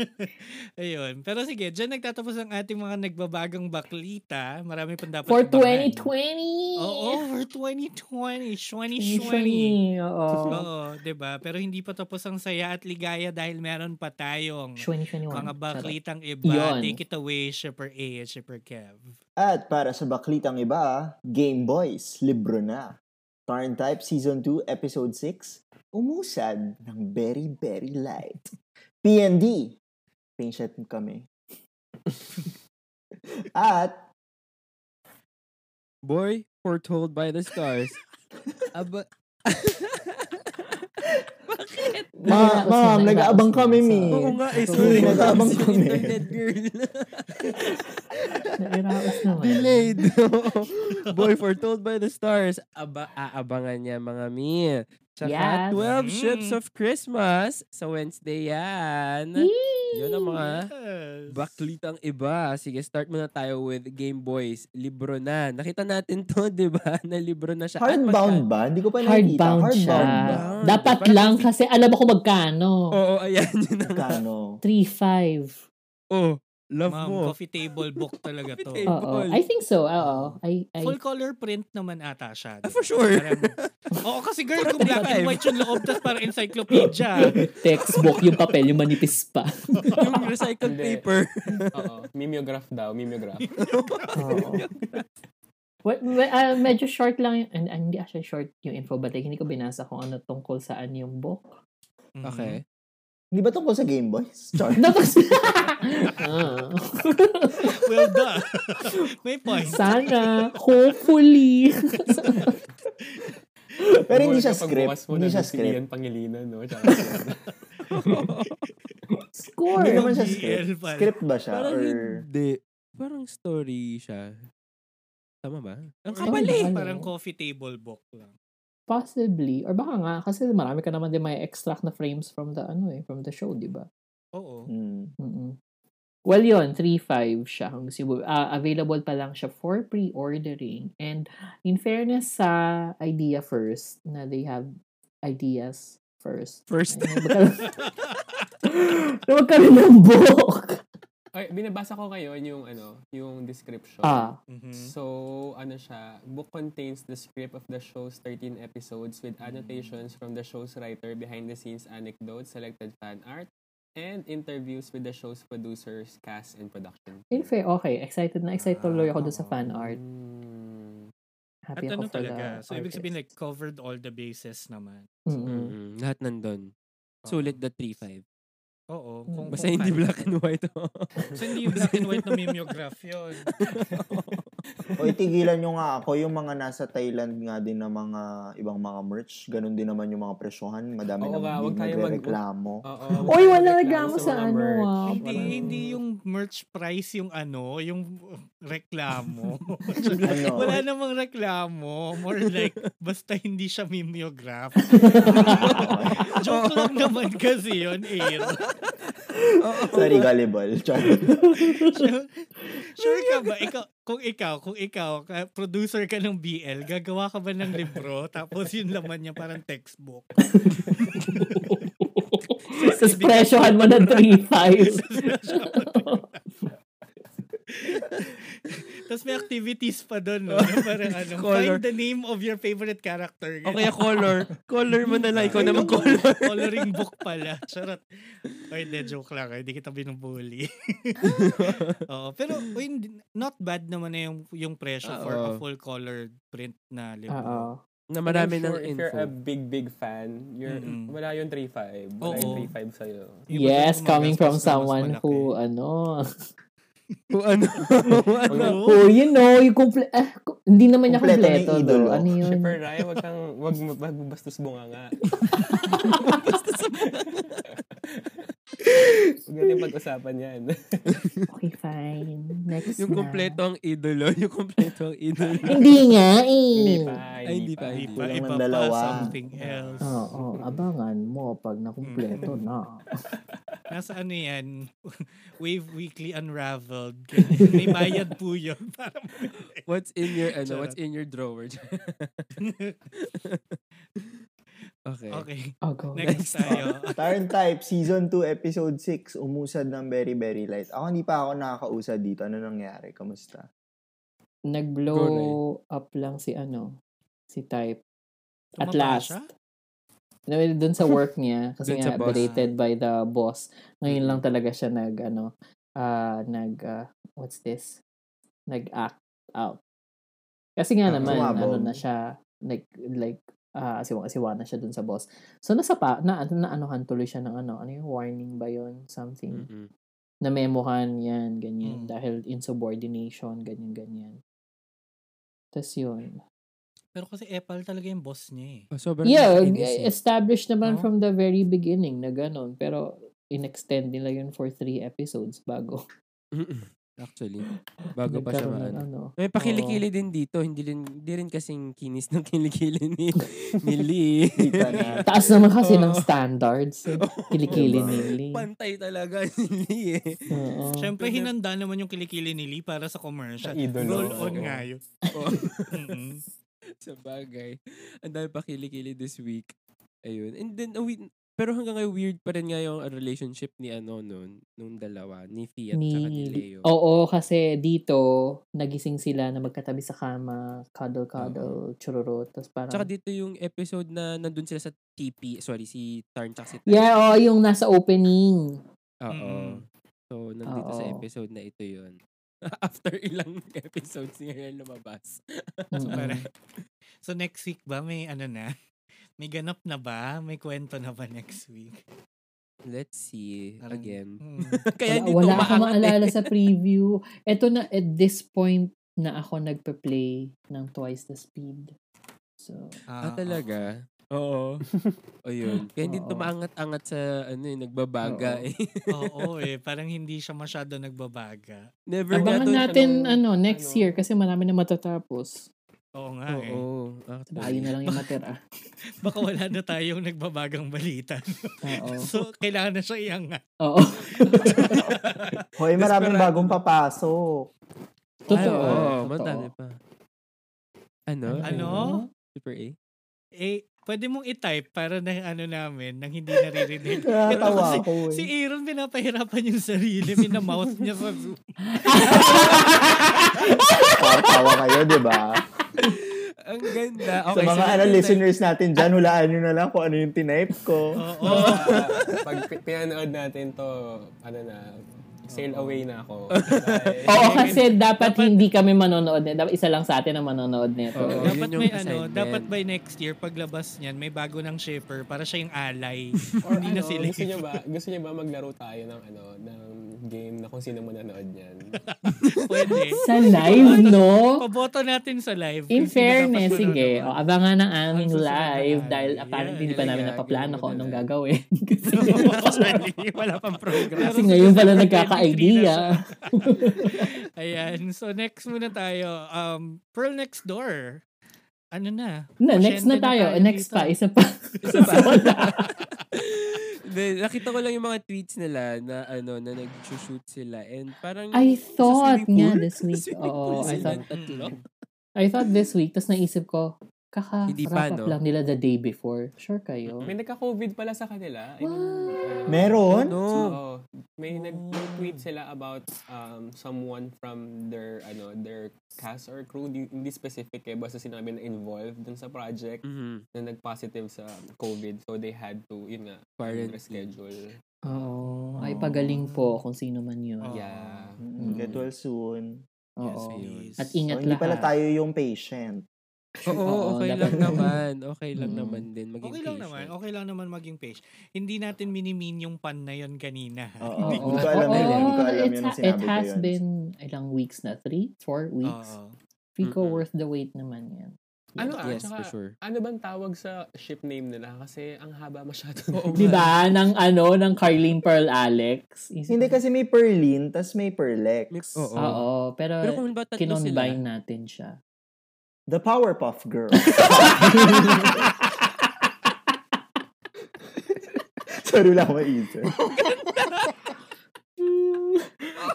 Speaker 4: Ayun. Pero sige, dyan nagtatapos ang ating mga nagbabagang baklita. Marami pang dapat
Speaker 2: For
Speaker 4: abangan.
Speaker 2: 2020!
Speaker 4: Oo, for 2020. 2020.
Speaker 2: 2020! Oo.
Speaker 4: Oo, 'di ba? Pero hindi pa tapos ang saya at ligaya dahil meron pa tayong
Speaker 2: 2021.
Speaker 4: mga baklitang iba.
Speaker 2: Yun.
Speaker 4: Take it away, Shipper A at Shipper Kev.
Speaker 3: At para sa baklitang iba, Game Boys, libro na. Tarn Type Season 2, Episode 6, Umusad ng Very Very Light. PND, patient kami. At,
Speaker 5: Boy, foretold by the stars. Aba,
Speaker 3: ma- ma'am, nag-aabang kami, mi.
Speaker 5: oo nga, eh,
Speaker 2: Ito,
Speaker 5: sorry.
Speaker 3: nag-aabang
Speaker 5: Sorry,
Speaker 3: kami.
Speaker 5: Internet girl.
Speaker 2: Nairaos naman.
Speaker 5: Delayed. Boy, foretold by the stars. Aba, aabangan niya mga mi. Tsaka
Speaker 2: Yes.
Speaker 5: 12
Speaker 4: Mm.
Speaker 5: Ships of Christmas sa Wednesday yan.
Speaker 2: Yee!
Speaker 5: Yun ang mga
Speaker 4: Yes.
Speaker 5: baklitang iba. Sige, start muna tayo with Game Boys. Libro na. Nakita natin to, di ba? Na libro na siya. At
Speaker 3: Hardbound ba? Hindi ko pa nakikita.
Speaker 2: Hardbound siya.
Speaker 5: Hardbound.
Speaker 2: Dapat
Speaker 5: Parang-
Speaker 2: lang kasi alam ako magkano.
Speaker 5: masyado- Oo, ayan. Yun ang,
Speaker 3: Kano?
Speaker 2: 3-5.
Speaker 5: oh, love
Speaker 4: Ma'am,
Speaker 5: mo.
Speaker 4: coffee table book talaga to.
Speaker 5: Coffee table.
Speaker 2: Oo.
Speaker 5: Ball.
Speaker 2: I think so. Oo. I, I,
Speaker 4: Full color print naman ata siya. di
Speaker 5: Ah, for
Speaker 4: ba?
Speaker 5: sure. diba?
Speaker 4: Parang- Oo, kasi girl, kung black and white yung loob, tas parang encyclopedia.
Speaker 2: textbook, yung papel, yung manipis pa.
Speaker 5: yung recycled
Speaker 6: Hindi.
Speaker 5: paper.
Speaker 4: Mm-hmm.
Speaker 6: Oo. Mimeograph daw, mimeograph.
Speaker 2: Oo. Well, me- ah, medyo short lang yung, and, and hindi actually short yung info, but like, hindi ko binasa kung ano tungkol saan yung book.
Speaker 4: Mhm.
Speaker 5: Okay.
Speaker 3: Di ba tungkol sa Game Boys? Char.
Speaker 2: Tapos,
Speaker 3: Oh
Speaker 2: Ah.
Speaker 4: Well done. May point.
Speaker 2: sana, hopefully.
Speaker 3: Pero hindi siya
Speaker 6: Kapag bukas
Speaker 3: script.
Speaker 6: mo
Speaker 3: Hindi
Speaker 6: na
Speaker 3: siya
Speaker 6: si
Speaker 3: script.
Speaker 6: Ian Pangilinan, no? Tsaka-
Speaker 3: Hindi
Speaker 2: Score.
Speaker 3: naman siya
Speaker 4: BL
Speaker 3: script.
Speaker 4: pala.
Speaker 3: Script ba siya?
Speaker 5: Parang
Speaker 3: Or...
Speaker 5: hindi. Parang story siya. Tama ba? Ang
Speaker 4: Or
Speaker 5: kapal eh.
Speaker 2: Ano?
Speaker 4: Parang coffee table book lang.
Speaker 2: Possibly. Or baka nga, kasi marami ka naman din may extract na frames from the, ano eh, from the show, di ba?
Speaker 4: Oo.
Speaker 3: Hmm.
Speaker 2: Mm-mm. Well, yun, 3.5 siya. Kung gusto mo- ah, available pa lang siya for pre-ordering. And in fairness sa idea first, na they have ideas first.
Speaker 5: First.
Speaker 2: Ay, magkaroon- na magkaroon ng book.
Speaker 6: Ay, binabasa ko ngayon yung, ano, yung description.
Speaker 2: Ah,
Speaker 4: Mhm.
Speaker 6: So, ano siya, book contains the script of the show's 13 episodes with annotations from the show's writer, behind-the-scenes anecdotes, selected fan art, and interviews with the show's producers, cast, and production.
Speaker 2: in fair, okay. Excited na excited tuloy ako dun sa fan art.
Speaker 6: Mm.
Speaker 4: At
Speaker 2: Happy
Speaker 4: ano
Speaker 2: ako for the
Speaker 4: talaga? So, ibig
Speaker 2: artist.
Speaker 4: sabihin, like, covered all the bases naman.
Speaker 2: Mm-mm.
Speaker 5: Mm-mm. Mm, Lahat nandun. Sulit the 3-5.
Speaker 4: Oo.
Speaker 2: Mm.
Speaker 4: Kung,
Speaker 5: Basta
Speaker 4: kung
Speaker 5: hindi
Speaker 4: kaya.
Speaker 5: black and white. oh.
Speaker 4: Basta hindi yung black and white na mimeograph yun.
Speaker 3: O itigilan nyo nga ako, yung mga nasa Thailand nga din na mga ibang mga merch, ganun din naman yung mga presyohan, madami
Speaker 6: Oo nga,
Speaker 3: naman
Speaker 6: huwag
Speaker 3: din
Speaker 6: tayo mag-
Speaker 3: nagre-reklamo.
Speaker 6: Oo.
Speaker 2: Oy,
Speaker 6: wala
Speaker 2: wala
Speaker 6: reklamo
Speaker 2: reklamo sa
Speaker 6: mga
Speaker 2: ano
Speaker 6: merch.
Speaker 2: ah.
Speaker 4: hindi,
Speaker 2: Walang-
Speaker 4: hindi
Speaker 6: ano.
Speaker 4: yung merch price yung ano, yung reklamo.
Speaker 3: Ano?
Speaker 4: Wala namang reklamo. More like, basta hindi siya mimeograph. Joke lang naman kasi yun, Air.
Speaker 3: Sorry, gullible. Char.
Speaker 4: Sure, sure ka ba? Ikaw, kung ikaw, kung ikaw, ka- producer ka ng BL, gagawa ka ba ng libro? Tapos yung laman niya parang textbook.
Speaker 2: Tapos presyohan mo ng 3.5.
Speaker 4: Tapos may activities pa doon, no? Na Parang ano,
Speaker 5: Color.
Speaker 4: find the name of your favorite character.
Speaker 5: o kaya color. Color mo na lang. Ikaw na
Speaker 4: Ayun,
Speaker 5: mag-color.
Speaker 4: Coloring book pala. Charot. Ay, de, joke lang. Hindi kita binubuli. Oo, pero uy, hindi- not bad naman na yung, yung presyo for a
Speaker 5: Oo.
Speaker 4: full color print na
Speaker 2: Oo.
Speaker 4: libro.
Speaker 5: na marami
Speaker 6: I'm sure
Speaker 5: ng
Speaker 6: If you're
Speaker 5: info.
Speaker 6: a big, big fan, you're,
Speaker 4: Mm-mm.
Speaker 6: wala yung 3-5. Wala
Speaker 4: Oo.
Speaker 6: yung 3-5 sa'yo.
Speaker 4: Yung
Speaker 2: Yes,
Speaker 4: mas
Speaker 2: coming
Speaker 4: gumagastos
Speaker 2: from
Speaker 4: na mas
Speaker 2: someone
Speaker 4: malaki.
Speaker 2: who, ano,
Speaker 5: Kung ano. kung ano.
Speaker 4: Oo.
Speaker 2: who, Oh, you know, yung comple- ah, ku- hindi naman niya
Speaker 3: Kumpleto na yung
Speaker 2: kompleto.
Speaker 3: idolo.
Speaker 2: do. Ano yun?
Speaker 6: Shipper Ryan, wag kang, wag, wag bastos bunganga. Huwag natin pag-usapan yan.
Speaker 2: Okay, fine. Next
Speaker 5: Yung
Speaker 2: na.
Speaker 5: kompleto ang idolo. Yung kompleto ang idolo.
Speaker 2: Hindi nga
Speaker 6: hindi
Speaker 2: eh.
Speaker 6: pa,
Speaker 5: Ay, hindi pa.
Speaker 4: Hindi pa,
Speaker 3: Kulang ng
Speaker 4: iba pa,
Speaker 3: dalawa.
Speaker 4: something else.
Speaker 2: Oo, abangan mo pag nakumpleto na.
Speaker 4: Nasa ano yan? Wave Weekly Unraveled. Ganyan. May bayad po yun. Para mabili.
Speaker 5: What's in your, ano,
Speaker 4: Charot.
Speaker 5: what's in your drawer? okay.
Speaker 4: okay.
Speaker 2: Oh, go.
Speaker 4: Next tayo.
Speaker 3: Turn Type, Season 2, Episode 6, Umusad ng Very Very Light. Ako hindi pa ako nakakausad dito. Ano nangyari? Kamusta?
Speaker 2: Nag-blow up lang si ano, si Type. At
Speaker 4: Tumaba
Speaker 2: last.
Speaker 4: siya?
Speaker 2: No, dun sa work niya, kasi
Speaker 5: Dun
Speaker 2: nga
Speaker 5: sa boss. Mm-hmm.
Speaker 2: berated by the boss. Ngayon lang talaga siya nag, ano, ah, nag, ah, what's this? Nag-act out. Kasi nga
Speaker 5: Ah,
Speaker 2: naman, ano
Speaker 3: sumabog.
Speaker 2: na siya, like, like, ah, asiwa, asiwa na siya dun sa boss. So, nasa pa, na, na, anuhan tuloy siya ng ano, ano yung warning ba yun? Something.
Speaker 5: Mm-mm.
Speaker 2: Namemohan yan,
Speaker 4: Mm.
Speaker 2: ganyan. Dahil insubordination, ganyan, ganyan. Tapos yun.
Speaker 4: Pero kasi Apple talaga yung boss niya eh.
Speaker 5: Oh, sobrang
Speaker 2: Yeah,
Speaker 5: nakakainis eh.
Speaker 2: established
Speaker 4: No?
Speaker 2: naman from the very beginning na ganun. Pero in-extend nila yun for three episodes bago.
Speaker 5: Mm-mm. Actually, bago pa siya
Speaker 2: Nagkaroon ng
Speaker 5: maano.
Speaker 2: ano.
Speaker 5: May pakilikili din dito. Hindi rin, hindi rin kasing kinis ng kilikili ni, ni Lee.
Speaker 3: Kita na.
Speaker 2: Taas naman kasi ng
Speaker 5: Oo.
Speaker 2: standards. eh. Kilikili
Speaker 5: Oh. Diba?
Speaker 2: ni Lee.
Speaker 5: Pantay talaga ni Lee eh.
Speaker 4: Oh,
Speaker 2: Oo.
Speaker 4: Siyempre, hinanda naman yung kilikili ni Lee para sa commercial.
Speaker 6: Sa idolo.
Speaker 4: Roll on
Speaker 5: Oo.
Speaker 4: nga yun.
Speaker 5: Oo.
Speaker 4: Mm-mm.
Speaker 5: sa bagay. Ang dami pa kilikili this week. Ayun. And then, uh, we- pero hanggang ngayon, weird pa rin nga yung ah, relationship ni ano nun, nung dalawa, ni Fia at saka ni Leo.
Speaker 2: Oo, kasi dito, nagising sila na magkatabi sa kama, cuddle-cuddle, churro, tapos parang...
Speaker 5: Tsaka dito yung episode na nandun sila sa TP, sorry, si Tarn tsaka si Tarn.
Speaker 2: yeah, oo, yung nasa opening.
Speaker 5: Oo. So, nandito sa
Speaker 2: Oo.
Speaker 5: episode na ito yun. After ilang episodes niya yan lumabas.
Speaker 2: Mm-mm.
Speaker 4: Parang, so next week ba may ano na? May ganap na ba? May kwento na ba next week?
Speaker 5: Let's see
Speaker 4: Parang-
Speaker 5: again.
Speaker 4: Mm.
Speaker 5: Kaya dito
Speaker 2: wala, wala akong
Speaker 5: umaangat eh.
Speaker 2: maalala sa preview. Eto na, at this point, na ako nagpa-play ng twice the speed. So,
Speaker 5: Ah, talaga? Oo. o yun. Kaya hindi
Speaker 2: Oo.
Speaker 5: tumaangat-angat sa ano eh,
Speaker 2: Oo.
Speaker 5: nagbabaga eh.
Speaker 4: Oo eh, parang hindi siya masyado nagbabaga.
Speaker 5: Never nga
Speaker 2: abangan
Speaker 5: to.
Speaker 6: siya
Speaker 2: natin,
Speaker 6: nung-
Speaker 2: ano, next
Speaker 6: ano.
Speaker 2: year kasi marami na matatapos.
Speaker 4: Oo
Speaker 2: ah,
Speaker 4: nga eh.
Speaker 5: Oo.
Speaker 2: Diba, ayun na
Speaker 5: Actually.
Speaker 2: lang yung matira.
Speaker 4: Baka wala na tayong nagbabagang balita.
Speaker 2: Oo.
Speaker 4: so, kailangan na siya iangat.
Speaker 2: Oo.
Speaker 3: Hoy, maraming
Speaker 5: Desperado.
Speaker 3: bagong papasok.
Speaker 5: Ay,
Speaker 2: Totoo.
Speaker 5: Oo,
Speaker 2: totoo.
Speaker 5: madami pa. Ano?
Speaker 4: Ano?
Speaker 5: Super A?
Speaker 4: Eh, pwede mong i-type para na ano namin nang hindi naririnig.
Speaker 3: Nakatawa
Speaker 4: Ito
Speaker 3: ako eh.
Speaker 4: Si Aaron pinapahirapan yung sarili, minamouth niya sa Zoom.
Speaker 3: Tawa kayo, di ba?
Speaker 5: Ang
Speaker 3: sa
Speaker 5: ganda. Okay,
Speaker 3: mga
Speaker 5: so
Speaker 3: ano,
Speaker 5: nandun tayo-
Speaker 3: listeners natin dyan, hulaan nyo na lang kung ano yung tinipe ko.
Speaker 4: Oo.
Speaker 6: Basta, pag pi- pinanood natin to, ano na, sail away na ako.
Speaker 2: Oo, kasi dapat, hindi kami manonood. nito. Dapat isa lang sa atin ang manonood nito.
Speaker 5: Oo.
Speaker 4: dapat
Speaker 5: yun yung
Speaker 4: may ano,
Speaker 5: assignment.
Speaker 4: dapat by next year, paglabas niyan, may bago ng shipper para siya yung alay.
Speaker 6: Or
Speaker 4: Hindi na
Speaker 6: ano,
Speaker 4: sila.
Speaker 6: Gusto niyo ba, gusto niyo ba maglaro tayo ng ano, ng game na kung sino manonood niyan?
Speaker 4: Pwede.
Speaker 2: Sa live, no?
Speaker 4: Paboto natin sa live.
Speaker 2: In
Speaker 4: Kung sino
Speaker 2: fairness,
Speaker 4: dapat
Speaker 2: sige. O,
Speaker 5: diba?
Speaker 4: manonood.
Speaker 2: abangan ang aming
Speaker 4: Ang susunod na
Speaker 2: live
Speaker 4: live.
Speaker 2: dahil apparently hindi pa
Speaker 5: Yeah,
Speaker 2: namin
Speaker 5: yeah,
Speaker 2: napaplano
Speaker 5: ganun
Speaker 2: kung anong
Speaker 5: na.
Speaker 2: gagawin. kasi,
Speaker 4: Sorry, wala pang program.
Speaker 2: Oh, kasi ngayon pala nagkaka-idea.
Speaker 4: Ayan. So, next muna tayo. Um, Pearl Next Door. Ano na?
Speaker 2: Na, next na
Speaker 4: Pasyente
Speaker 2: tayo. next
Speaker 4: dito.
Speaker 2: pa. Isa pa.
Speaker 5: Isa pa. Hindi, nakita ko lang yung mga tweets nila na ano na nag-shoot sila and parang
Speaker 2: I thought
Speaker 5: swimming
Speaker 2: nga
Speaker 5: pool?
Speaker 2: this week.
Speaker 5: Swimming
Speaker 2: Oo, I
Speaker 5: pool sila Ano?
Speaker 2: thought,
Speaker 5: tatlo.
Speaker 2: I thought this week. Tapos naisip ko, kaka
Speaker 5: Hindi pa,
Speaker 2: wrap up
Speaker 5: no?
Speaker 2: lang nila the day before. Sure kayo.
Speaker 6: May nagka-COVID pala sa kanila. I mean, ano,
Speaker 3: Meron?
Speaker 5: No.
Speaker 6: Oo. May nag-tweet sila about um, someone from their ano their cast or crew. Di- Hindi specific eh. Basta sinabi na involved dun sa project
Speaker 5: Mhm.
Speaker 6: na nag-positive sa COVID. So they had to, yun nga,
Speaker 5: Quarantine.
Speaker 6: reschedule.
Speaker 2: Oo. Ay, pagaling po kung sino man yun.
Speaker 4: Oo.
Speaker 6: Yeah.
Speaker 3: Mm, Get well soon.
Speaker 2: Oo.
Speaker 5: Yes, we
Speaker 4: Please.
Speaker 2: At ingat
Speaker 3: So, Oh, hindi
Speaker 2: lahat.
Speaker 3: pala tayo yung patient.
Speaker 5: Oo,
Speaker 2: Oo,
Speaker 5: okay
Speaker 2: dapat
Speaker 5: lang
Speaker 2: ganun.
Speaker 5: naman. Okay lang
Speaker 2: Mm.
Speaker 5: naman din. Maging
Speaker 4: Okay lang naman.
Speaker 5: patient.
Speaker 4: Okay lang naman maging page. Hindi natin minimin yung pan na yun kanina. ha?
Speaker 3: Oo.
Speaker 2: Oo.
Speaker 3: Hindi ko alam yun. Hindi ko alam
Speaker 2: It's
Speaker 3: yun.
Speaker 2: ha-
Speaker 3: Sinabi
Speaker 2: It
Speaker 3: ko
Speaker 2: has
Speaker 3: yun.
Speaker 2: been ilang weeks na. Three? Four weeks?
Speaker 4: Oo.
Speaker 2: Fico
Speaker 5: Mm-mm.
Speaker 2: worth the wait naman yan.
Speaker 6: Ano, ah,
Speaker 5: Yes,
Speaker 6: tsaka,
Speaker 5: for sure.
Speaker 6: ano bang tawag sa ship name nila? Kasi ang haba masyado.
Speaker 2: Di ba? Nang ano, ng Carlene Pearl Alex. Isip-
Speaker 3: Hindi kasi may Perlin, tas may Perlex.
Speaker 5: May- Ah, oo.
Speaker 2: Oo. Pero,
Speaker 5: Pero kung ba tatlo sila?
Speaker 2: kinonbine natin siya.
Speaker 3: The Powerpuff Girl. Sorry lang maisip.
Speaker 2: Oh,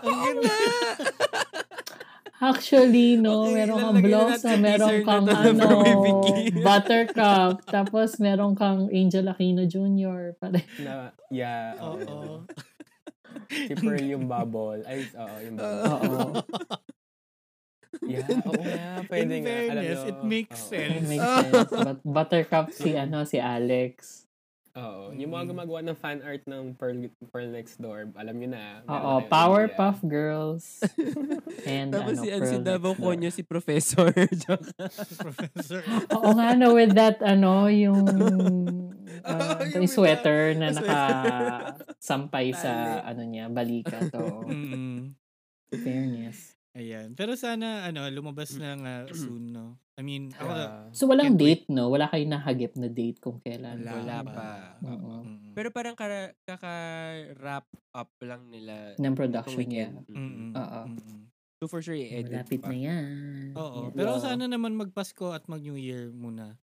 Speaker 4: Ang ganda.
Speaker 2: Actually, no,
Speaker 5: Okay,
Speaker 2: meron kang
Speaker 5: ilalagay na
Speaker 2: blosa,
Speaker 5: natin
Speaker 2: meron
Speaker 5: teaser na
Speaker 2: kang
Speaker 5: to na
Speaker 2: ano,
Speaker 5: for Vicky.
Speaker 2: buttercup, tapos meron kang Angel Aquino Jr. Pare.
Speaker 6: Na, yeah.
Speaker 4: Oo.
Speaker 6: Oo. Si Pearl yung bubble. Ay, oo, yung
Speaker 2: Oo.
Speaker 6: bubble. Yeah, oo nga. Pwede
Speaker 4: In
Speaker 6: nga. Alam
Speaker 4: fairness,
Speaker 6: nyo,
Speaker 4: it makes
Speaker 6: oo.
Speaker 4: sense.
Speaker 2: It makes sense. But buttercup si ano, si Alex.
Speaker 6: Oo. Yung
Speaker 4: Mm-hmm.
Speaker 6: mga gumagawa ng fan art ng Pearl, Pearl Next Door, alam nyo na. meron na
Speaker 2: Oo,
Speaker 6: yung
Speaker 2: Powerpuff Girls. And
Speaker 5: Tapos
Speaker 2: ano,
Speaker 5: si, ano, si
Speaker 2: Pearl
Speaker 5: Davao
Speaker 2: Next Door.
Speaker 5: Conyo, si Professor. Joke.
Speaker 4: Professor.
Speaker 2: Oo nga, no, with that, ano, yung,
Speaker 5: Oo,
Speaker 2: uh,
Speaker 5: yung
Speaker 2: yung sweater na
Speaker 5: sweater.
Speaker 2: nakasampay sa, ano niya, balikat. Oo.
Speaker 4: Mm.
Speaker 2: Fairness.
Speaker 4: Ayan. Pero sana, ano, lumabas na nga soon, no? I mean, ako,
Speaker 6: Ah,
Speaker 2: So, walang
Speaker 4: Can't
Speaker 2: date, no? Wala kayong nahagip na date kung kailan.
Speaker 4: Wala
Speaker 5: wala
Speaker 4: pa.
Speaker 5: pa.
Speaker 2: Oo.
Speaker 4: Mm.
Speaker 5: Pero parang kara- kaka-wrap up lang nila.
Speaker 2: Ng production
Speaker 5: itong
Speaker 2: niya.
Speaker 5: weekend.
Speaker 4: Mm-mm.
Speaker 5: Mm.
Speaker 2: Oo.
Speaker 4: Mm-mm.
Speaker 5: So for sure, i-edit
Speaker 2: Malapit
Speaker 5: pa.
Speaker 2: na yan.
Speaker 4: Oo.
Speaker 2: Yan.
Speaker 4: Pero
Speaker 6: Yeah.
Speaker 4: sana naman magpasko at mag-New Year muna.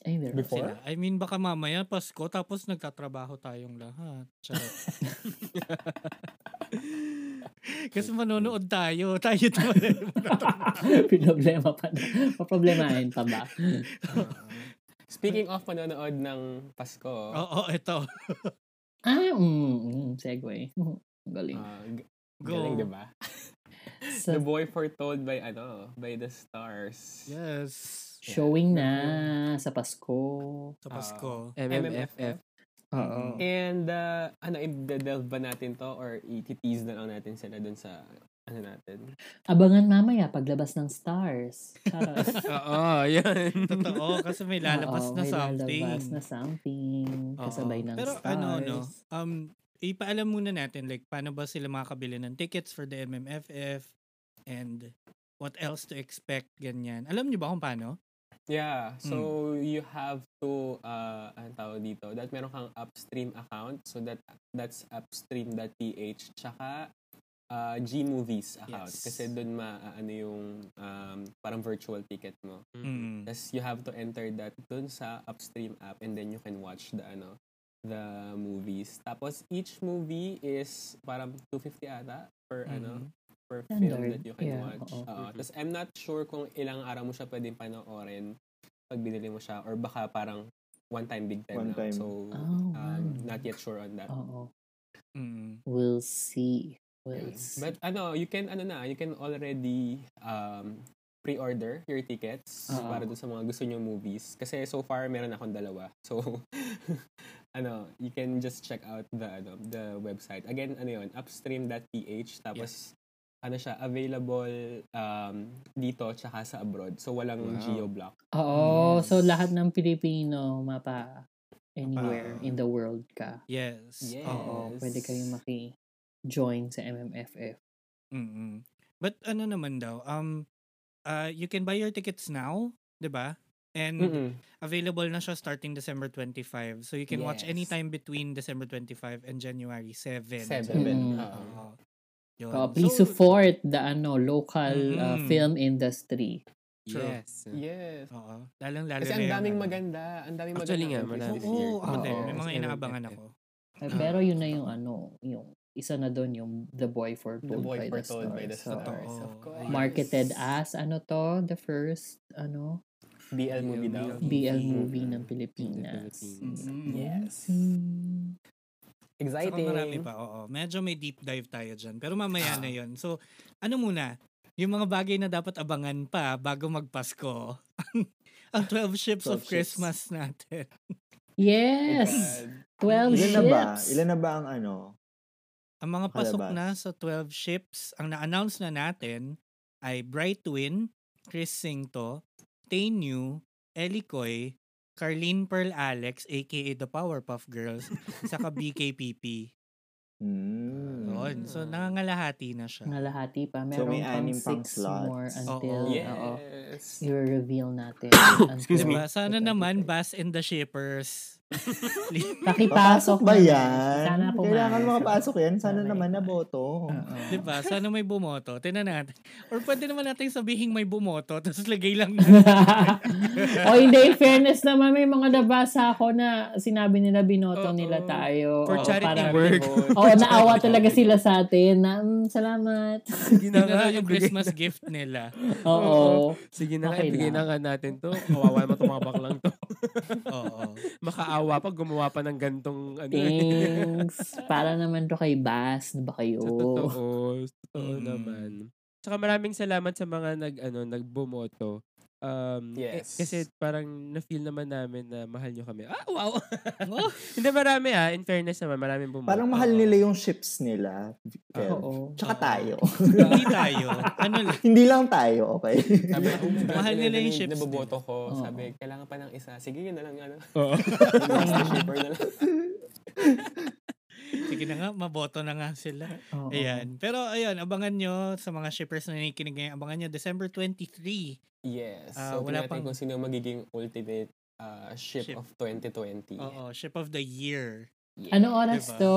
Speaker 2: Ay, meron.
Speaker 6: Before?
Speaker 4: Sila. I mean, baka mamaya Pasko tapos nagtatrabaho tayong lahat. Charot. Kasi manonood tayo. Tayo tayo.
Speaker 2: Pinoblema pa na. Paproblemahin pa ba?
Speaker 6: Speaking of panonood ng Pasko, uh,
Speaker 4: Oo, ito.
Speaker 2: Ah, mm, mm, segue. Mm, Galing.
Speaker 6: ah, g-
Speaker 4: Go.
Speaker 6: galing, di ba?
Speaker 2: Sa
Speaker 6: The Boy Foretold by, ano, by the Stars.
Speaker 4: Yes.
Speaker 2: showing na sa Pasko.
Speaker 4: Sa Pasko.
Speaker 5: MMFF.
Speaker 2: Oo.
Speaker 6: And, uh, ano, i-delve ba natin to or i-tease na lang natin sila dun sa, ano natin?
Speaker 2: Abangan mamaya paglabas ng stars. Charot.
Speaker 5: Oo, yan.
Speaker 4: Totoo, kasi may lalabas
Speaker 2: Oo,
Speaker 4: na
Speaker 2: may
Speaker 4: something.
Speaker 2: Lalabas na something.
Speaker 4: Oo.
Speaker 2: Kasabay ng
Speaker 4: Pero
Speaker 2: stars.
Speaker 4: ano, no? Um, ipaalam muna natin, like, paano ba sila makakabili ng tickets for the MMFF and what else to expect, ganyan. Alam niyo ba kung paano?
Speaker 6: Yeah, so you have to, uh, ano tawag dito, that meron kang upstream account, so that that's upstream.ph, tsaka uh, Gmovies account.
Speaker 4: Yes.
Speaker 6: Kasi dun ma, ano yung, um, parang virtual ticket mo.
Speaker 4: Mm.
Speaker 6: Tapos you have to enter that dun sa upstream app and then you can watch the ano the movies. Tapos each movie is parang 250 ata per ano
Speaker 4: Mhm.
Speaker 6: per film
Speaker 2: Mm-hmm. Standard.
Speaker 6: that you can
Speaker 2: Yeah, Oh,
Speaker 6: watch.
Speaker 2: oo.
Speaker 6: Oo. Tapos I'm not sure kung ilang araw mo siya pwedeng panoorin pag binili mo siya or baka parang one time big time
Speaker 3: One
Speaker 6: lang.
Speaker 3: time.
Speaker 6: So
Speaker 2: Oh,
Speaker 6: um,
Speaker 2: wow.
Speaker 6: not yet sure on that.
Speaker 2: Oo.
Speaker 4: Mm.
Speaker 2: We'll see. We'll see.
Speaker 6: But ano, you can ano na, you can already um pre-order your tickets
Speaker 2: Oo.
Speaker 6: para doon sa mga gusto nyo movies. Kasi so far meron akong dalawa. So ano, you can just check out the ano, the website. Again, ano 'yon, upstream.ph tapos ano siya, available um dito tsaka sa abroad. So walang
Speaker 5: Wow.
Speaker 6: geo-block.
Speaker 2: Oo. So,
Speaker 4: Yes.
Speaker 2: lahat ng Pilipino mapa anywhere
Speaker 4: Mapa-
Speaker 2: in the world ka.
Speaker 4: Yes.
Speaker 6: Yes.
Speaker 4: Oo.
Speaker 2: Oo. Pwede kayong maki-join sa MMFF.
Speaker 4: Mm-mm. But ano naman daw, um, uh, you can buy your tickets now, 'di ba? And
Speaker 6: Mm-mm.
Speaker 4: available na siya starting December 25. So you can watch
Speaker 6: Yes.
Speaker 4: anytime between December 25 and January 7.
Speaker 6: Seven.
Speaker 2: Mm.
Speaker 6: Oo.
Speaker 4: Oo. Yun.
Speaker 2: Oh, please
Speaker 4: So,
Speaker 2: support the ano local uh,
Speaker 4: Mm.
Speaker 2: film industry.
Speaker 4: True.
Speaker 5: Yes.
Speaker 6: Yes.
Speaker 4: Oo. Lalang lalo
Speaker 6: Kasi ang
Speaker 4: ano.
Speaker 6: daming maganda, ang daming maganda.
Speaker 5: Actually nga,
Speaker 6: movies
Speaker 5: marami.
Speaker 6: this year.
Speaker 4: Oo, ako
Speaker 2: Oo.
Speaker 4: din. May mga
Speaker 5: Yes,
Speaker 4: inaabangan
Speaker 5: MMFF.
Speaker 4: ako.
Speaker 2: Eh, Pero yun na yung ano, yung isa na doon yung The Boy for
Speaker 6: The
Speaker 2: by,
Speaker 6: Boy
Speaker 2: the
Speaker 6: Foretold
Speaker 2: Stars.
Speaker 6: by the
Speaker 2: So,
Speaker 6: Stars.
Speaker 4: Totoo.
Speaker 6: Of course.
Speaker 4: Yes.
Speaker 2: marketed as ano to, the first ano
Speaker 6: BL movie daw.
Speaker 2: BL
Speaker 4: Mm.
Speaker 2: movie ng
Speaker 5: In the
Speaker 2: Pilipinas.
Speaker 5: Philippines.
Speaker 6: Yes.
Speaker 2: Mm.
Speaker 6: Mm-hmm. Exciting.
Speaker 4: Saka marami pa, oo. Medyo may deep dive tayo dyan. Pero mamaya na yon So, ano muna? Yung mga bagay na dapat abangan pa bago magpasko. ang 12 Ships
Speaker 3: 12
Speaker 4: of
Speaker 3: ships.
Speaker 4: Christmas natin.
Speaker 2: Yes. 12
Speaker 3: Ilan
Speaker 6: God.
Speaker 2: ships.
Speaker 3: na ba? Ilan na ba ang ano?
Speaker 4: Ang
Speaker 5: Ano
Speaker 4: mga pasok
Speaker 3: Palabas.
Speaker 4: na sa 12 ships, ang na-announce na natin ay Bright Twin, Chris Singto, Tay New, Ellie Coy, Carlene Pearl Alex, aka the Powerpuff Girls, saka BKPP.
Speaker 3: Hmm.
Speaker 4: Yun. So, nangangalahati na siya.
Speaker 2: Nalahati pa.
Speaker 3: So,
Speaker 2: Meron
Speaker 3: may
Speaker 2: pang
Speaker 3: anim pang
Speaker 2: six
Speaker 3: slots.
Speaker 2: more until
Speaker 4: Oo.
Speaker 6: Oh, Yes.
Speaker 2: oo, i-reveal natin.
Speaker 5: Excuse
Speaker 2: until
Speaker 4: Diba? Sana
Speaker 2: the
Speaker 4: naman,
Speaker 2: 25.
Speaker 4: Bass and the Shippers. Please.
Speaker 2: Pakipasok
Speaker 3: Papasok ba
Speaker 2: na.
Speaker 3: yan?
Speaker 2: Sana po
Speaker 3: Kailangan makapasok yan. Sana
Speaker 2: Sana
Speaker 3: naman
Speaker 2: may-
Speaker 3: na boto.
Speaker 4: Diba? Sana may bumoto. Tinan natin. Or pwede naman natin sabihing may bumoto, tapos lagay lang
Speaker 2: o hindi, in fairness naman, may mga nabasa ako na sinabi nila binoto
Speaker 5: Oo.
Speaker 2: nila tayo. Oo,
Speaker 5: For charity
Speaker 2: parang-
Speaker 5: work.
Speaker 2: Oo, naawa talaga sila sa atin na, "Mm, salamat.
Speaker 5: Sige
Speaker 4: na
Speaker 5: na nga,
Speaker 4: lang yung
Speaker 5: ibigay-
Speaker 4: Christmas gift nila.
Speaker 2: Oo.
Speaker 5: Sige na nga,
Speaker 2: Okay
Speaker 5: ibigay
Speaker 2: na.
Speaker 5: na nga natin to. Kawawa naman itong mga baklang to.
Speaker 4: Oo.
Speaker 5: Makaawa pag gumawa pa ng gantong ano. eh.
Speaker 2: Thanks. Para naman to kay Bas. Ano ba kayo?
Speaker 5: Sa totoo, sa totoo
Speaker 4: Mm.
Speaker 5: naman. Tsaka maraming salamat sa mga nag ano nagbumoto. Um, eh,
Speaker 6: Yes.
Speaker 5: kasi parang na-feel naman namin na mahal nyo kami. Ah, wow! Hindi marami ah. In fairness naman, maraming bumoto.
Speaker 3: Parang mahal nila yung ships nila. Kev.
Speaker 2: Oo.
Speaker 3: Tsaka
Speaker 4: Oo.
Speaker 3: tayo.
Speaker 4: Hindi tayo. Ano lang.
Speaker 3: Hindi lang tayo, okay?
Speaker 6: Sabi ko, oh my God,
Speaker 4: Mahal nila yung
Speaker 6: na-
Speaker 4: ships
Speaker 6: Naboboto ko.
Speaker 2: Oo.
Speaker 6: Sabi, kailangan pa ng isa. Sige, yun na lang. Ano,
Speaker 5: Oo.
Speaker 6: Yung last na shipper na lang.
Speaker 4: Sige na nga, maboto na nga sila.
Speaker 2: Oo.
Speaker 4: Ayan. Pero ayan, abangan nyo sa mga shippers na nakikinig ngayon. Abangan nyo December 23.
Speaker 6: Yes.
Speaker 4: Ah,
Speaker 6: so,
Speaker 4: wala
Speaker 6: wala
Speaker 4: pang-
Speaker 6: kung sino magiging ultimate ah, ship,
Speaker 4: Ship.
Speaker 6: of 2020.
Speaker 4: Oo, ship of the year.
Speaker 6: Yeah.
Speaker 2: Ano oras
Speaker 4: Diba?
Speaker 2: to?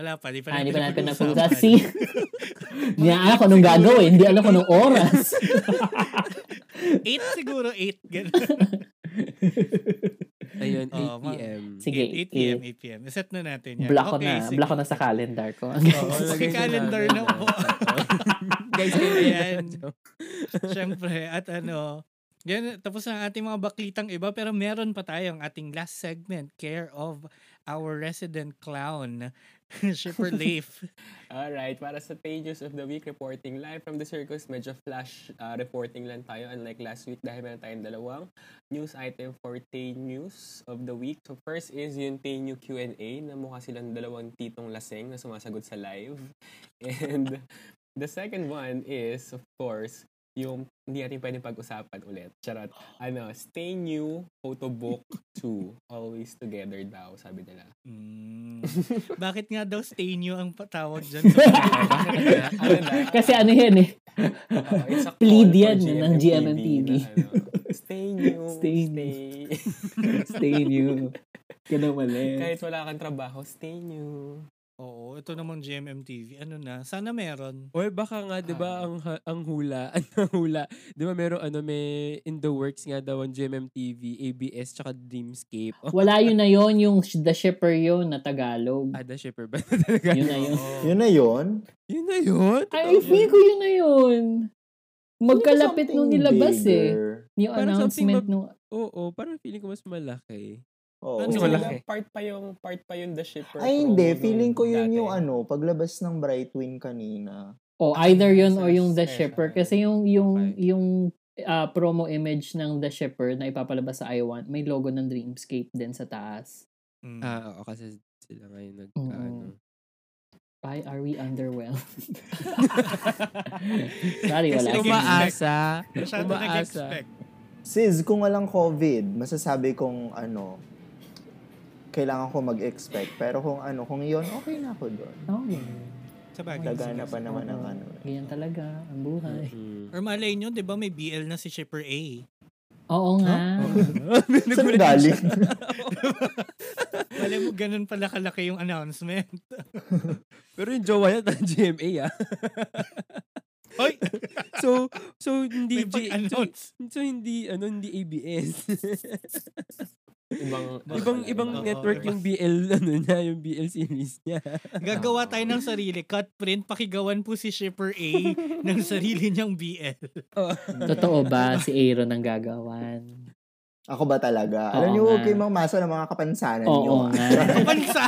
Speaker 4: Wala pa, di pa
Speaker 2: Ah,
Speaker 4: natin
Speaker 2: hindi pa natin
Speaker 4: napag-usapan.
Speaker 2: napag-usapan. See? Hindi na alam ko anong
Speaker 4: Siguro-
Speaker 2: gagawin. Hindi alam ko anong oras.
Speaker 4: Eight siguro, eight. Ganun.
Speaker 5: Ayun,
Speaker 4: Oo,
Speaker 5: 8
Speaker 4: ma-
Speaker 5: p.m.
Speaker 2: Sige.
Speaker 4: 8 p.m., 8 p.m. Set na natin yan.
Speaker 2: Block ko na.
Speaker 4: sige.
Speaker 2: Block ko na sa calendar ko.
Speaker 4: Oo,
Speaker 5: lagay
Speaker 4: sa
Speaker 5: sa
Speaker 4: calendar
Speaker 5: namin
Speaker 4: na
Speaker 5: yan.
Speaker 4: po.
Speaker 5: Guys,
Speaker 4: Ayan.
Speaker 5: ayan.
Speaker 4: Siyempre, at ano, yan, tapos ang ating mga baklitang iba, pero meron pa tayong ating last segment, Care of Our Resident Clown, Shipper Leif.
Speaker 6: Alright, para sa pages of the week reporting live from the circus, medyo flash ah, reporting lang tayo unlike last week dahil meron tayong dalawang news item for Tay News of the week. So first is yung Tay New Q&A na mukha silang dalawang titong laseng na sumasagot sa live. And the second one is, of course, yung hindi natin pwedeng pag-usapan ulit. Charot. Ano, Stay New Photo Book 2. Always together daw, sabi nila.
Speaker 4: Mm. Bakit nga daw stay new ang patawag dyan? Sa
Speaker 6: Ano na?
Speaker 2: Kasi ano yan eh.
Speaker 6: Oo, it's a
Speaker 2: Plead
Speaker 6: call for
Speaker 2: yan ng GMMTV.
Speaker 6: na ano, stay new,
Speaker 2: Stay
Speaker 6: stay.
Speaker 2: new. Stay new. Ganun mali.
Speaker 6: Kahit wala kang trabaho, stay new.
Speaker 4: Oo, ito naman GMMTV. Ano na? Sana meron.
Speaker 5: Or baka nga, di
Speaker 4: Ah.
Speaker 5: ba, ang, ha- ang hula, ang hula, di ba, meron ano, may in the works nga daw ang GMM TV, ABS, tsaka Dreamscape. Oh,
Speaker 2: Wala yun na yun, yung sh- The Shipper yun na Tagalog.
Speaker 5: Ada Ah, shipper ba talaga?
Speaker 2: Yun na yun.
Speaker 5: Oh.
Speaker 3: Yun na yun.
Speaker 5: Yun na yun?
Speaker 2: Ay, feel ko yun na yun. Magkalapit nung nilabas eh. Yung
Speaker 5: Parang
Speaker 2: announcement
Speaker 5: something mab-
Speaker 2: nung...
Speaker 5: Oo, parang feeling ko mas malaki.
Speaker 3: Oh.
Speaker 4: Ano
Speaker 6: Ano
Speaker 4: wala
Speaker 6: wala
Speaker 5: eh.
Speaker 6: part pa yung part pa yung the shipper.
Speaker 3: Ay, hindi.
Speaker 6: promo
Speaker 3: Feeling ko
Speaker 6: nung
Speaker 3: yun
Speaker 6: dati.
Speaker 3: yung ano, paglabas ng Bright Wing kanina.
Speaker 2: O, Oh, either yun
Speaker 6: Sa
Speaker 2: or yung The
Speaker 6: special.
Speaker 2: Shipper. Kasi yung yung
Speaker 5: Okay.
Speaker 2: yung ah, promo image ng The Shipper na ipapalabas sa I Want, may logo ng Dreamscape din sa taas.
Speaker 4: Mm.
Speaker 5: Ah, oo, kasi sila ngayon nag,
Speaker 2: Oo.
Speaker 5: ano.
Speaker 2: Why are we underwhelmed? Sorry,
Speaker 4: Kasi
Speaker 2: wala.
Speaker 4: Like,
Speaker 5: Umaasa.
Speaker 4: Masyado
Speaker 5: umaasa.
Speaker 4: nag-expect.
Speaker 3: Sis, kung walang COVID, masasabi kong ano, kailangan ko mag-expect. Pero kung ano, kung yun, okay na ako doon.
Speaker 2: Okay.
Speaker 4: Sa bagay.
Speaker 3: Gagana pa naman ang ano. eh.
Speaker 2: Oh, Ganyan talaga ang buhay.
Speaker 5: Mm.
Speaker 4: Or malay nyo, di ba may BL na si Shipper A?
Speaker 2: Oo nga.
Speaker 3: Saan galing?
Speaker 4: Malay mo, ganun pala kalaki yung announcement.
Speaker 5: Pero yung jowa niya, taga GMA ah.
Speaker 4: Hoy!
Speaker 5: So, so
Speaker 4: May ano.
Speaker 5: hindi G- so,
Speaker 4: pag-announce.
Speaker 5: so, hindi ano hindi ABS.
Speaker 6: Ibang
Speaker 5: ibang ibang
Speaker 4: Oo,
Speaker 5: network
Speaker 4: iba.
Speaker 5: yung BL ano niya, yung BL series niya.
Speaker 4: Gagawa tayo ng sarili. Cut print, pakigawan po si Shipper A ng sarili niyang BL.
Speaker 2: Totoo ba si Aaron ang gagawan?
Speaker 3: Ako ba talaga?
Speaker 2: Oo
Speaker 3: Alam niyo,
Speaker 2: nga.
Speaker 3: okay mga maso ng mga kapansanan niyo.
Speaker 2: Oo
Speaker 3: ah.
Speaker 2: nga.
Speaker 4: Kapansa!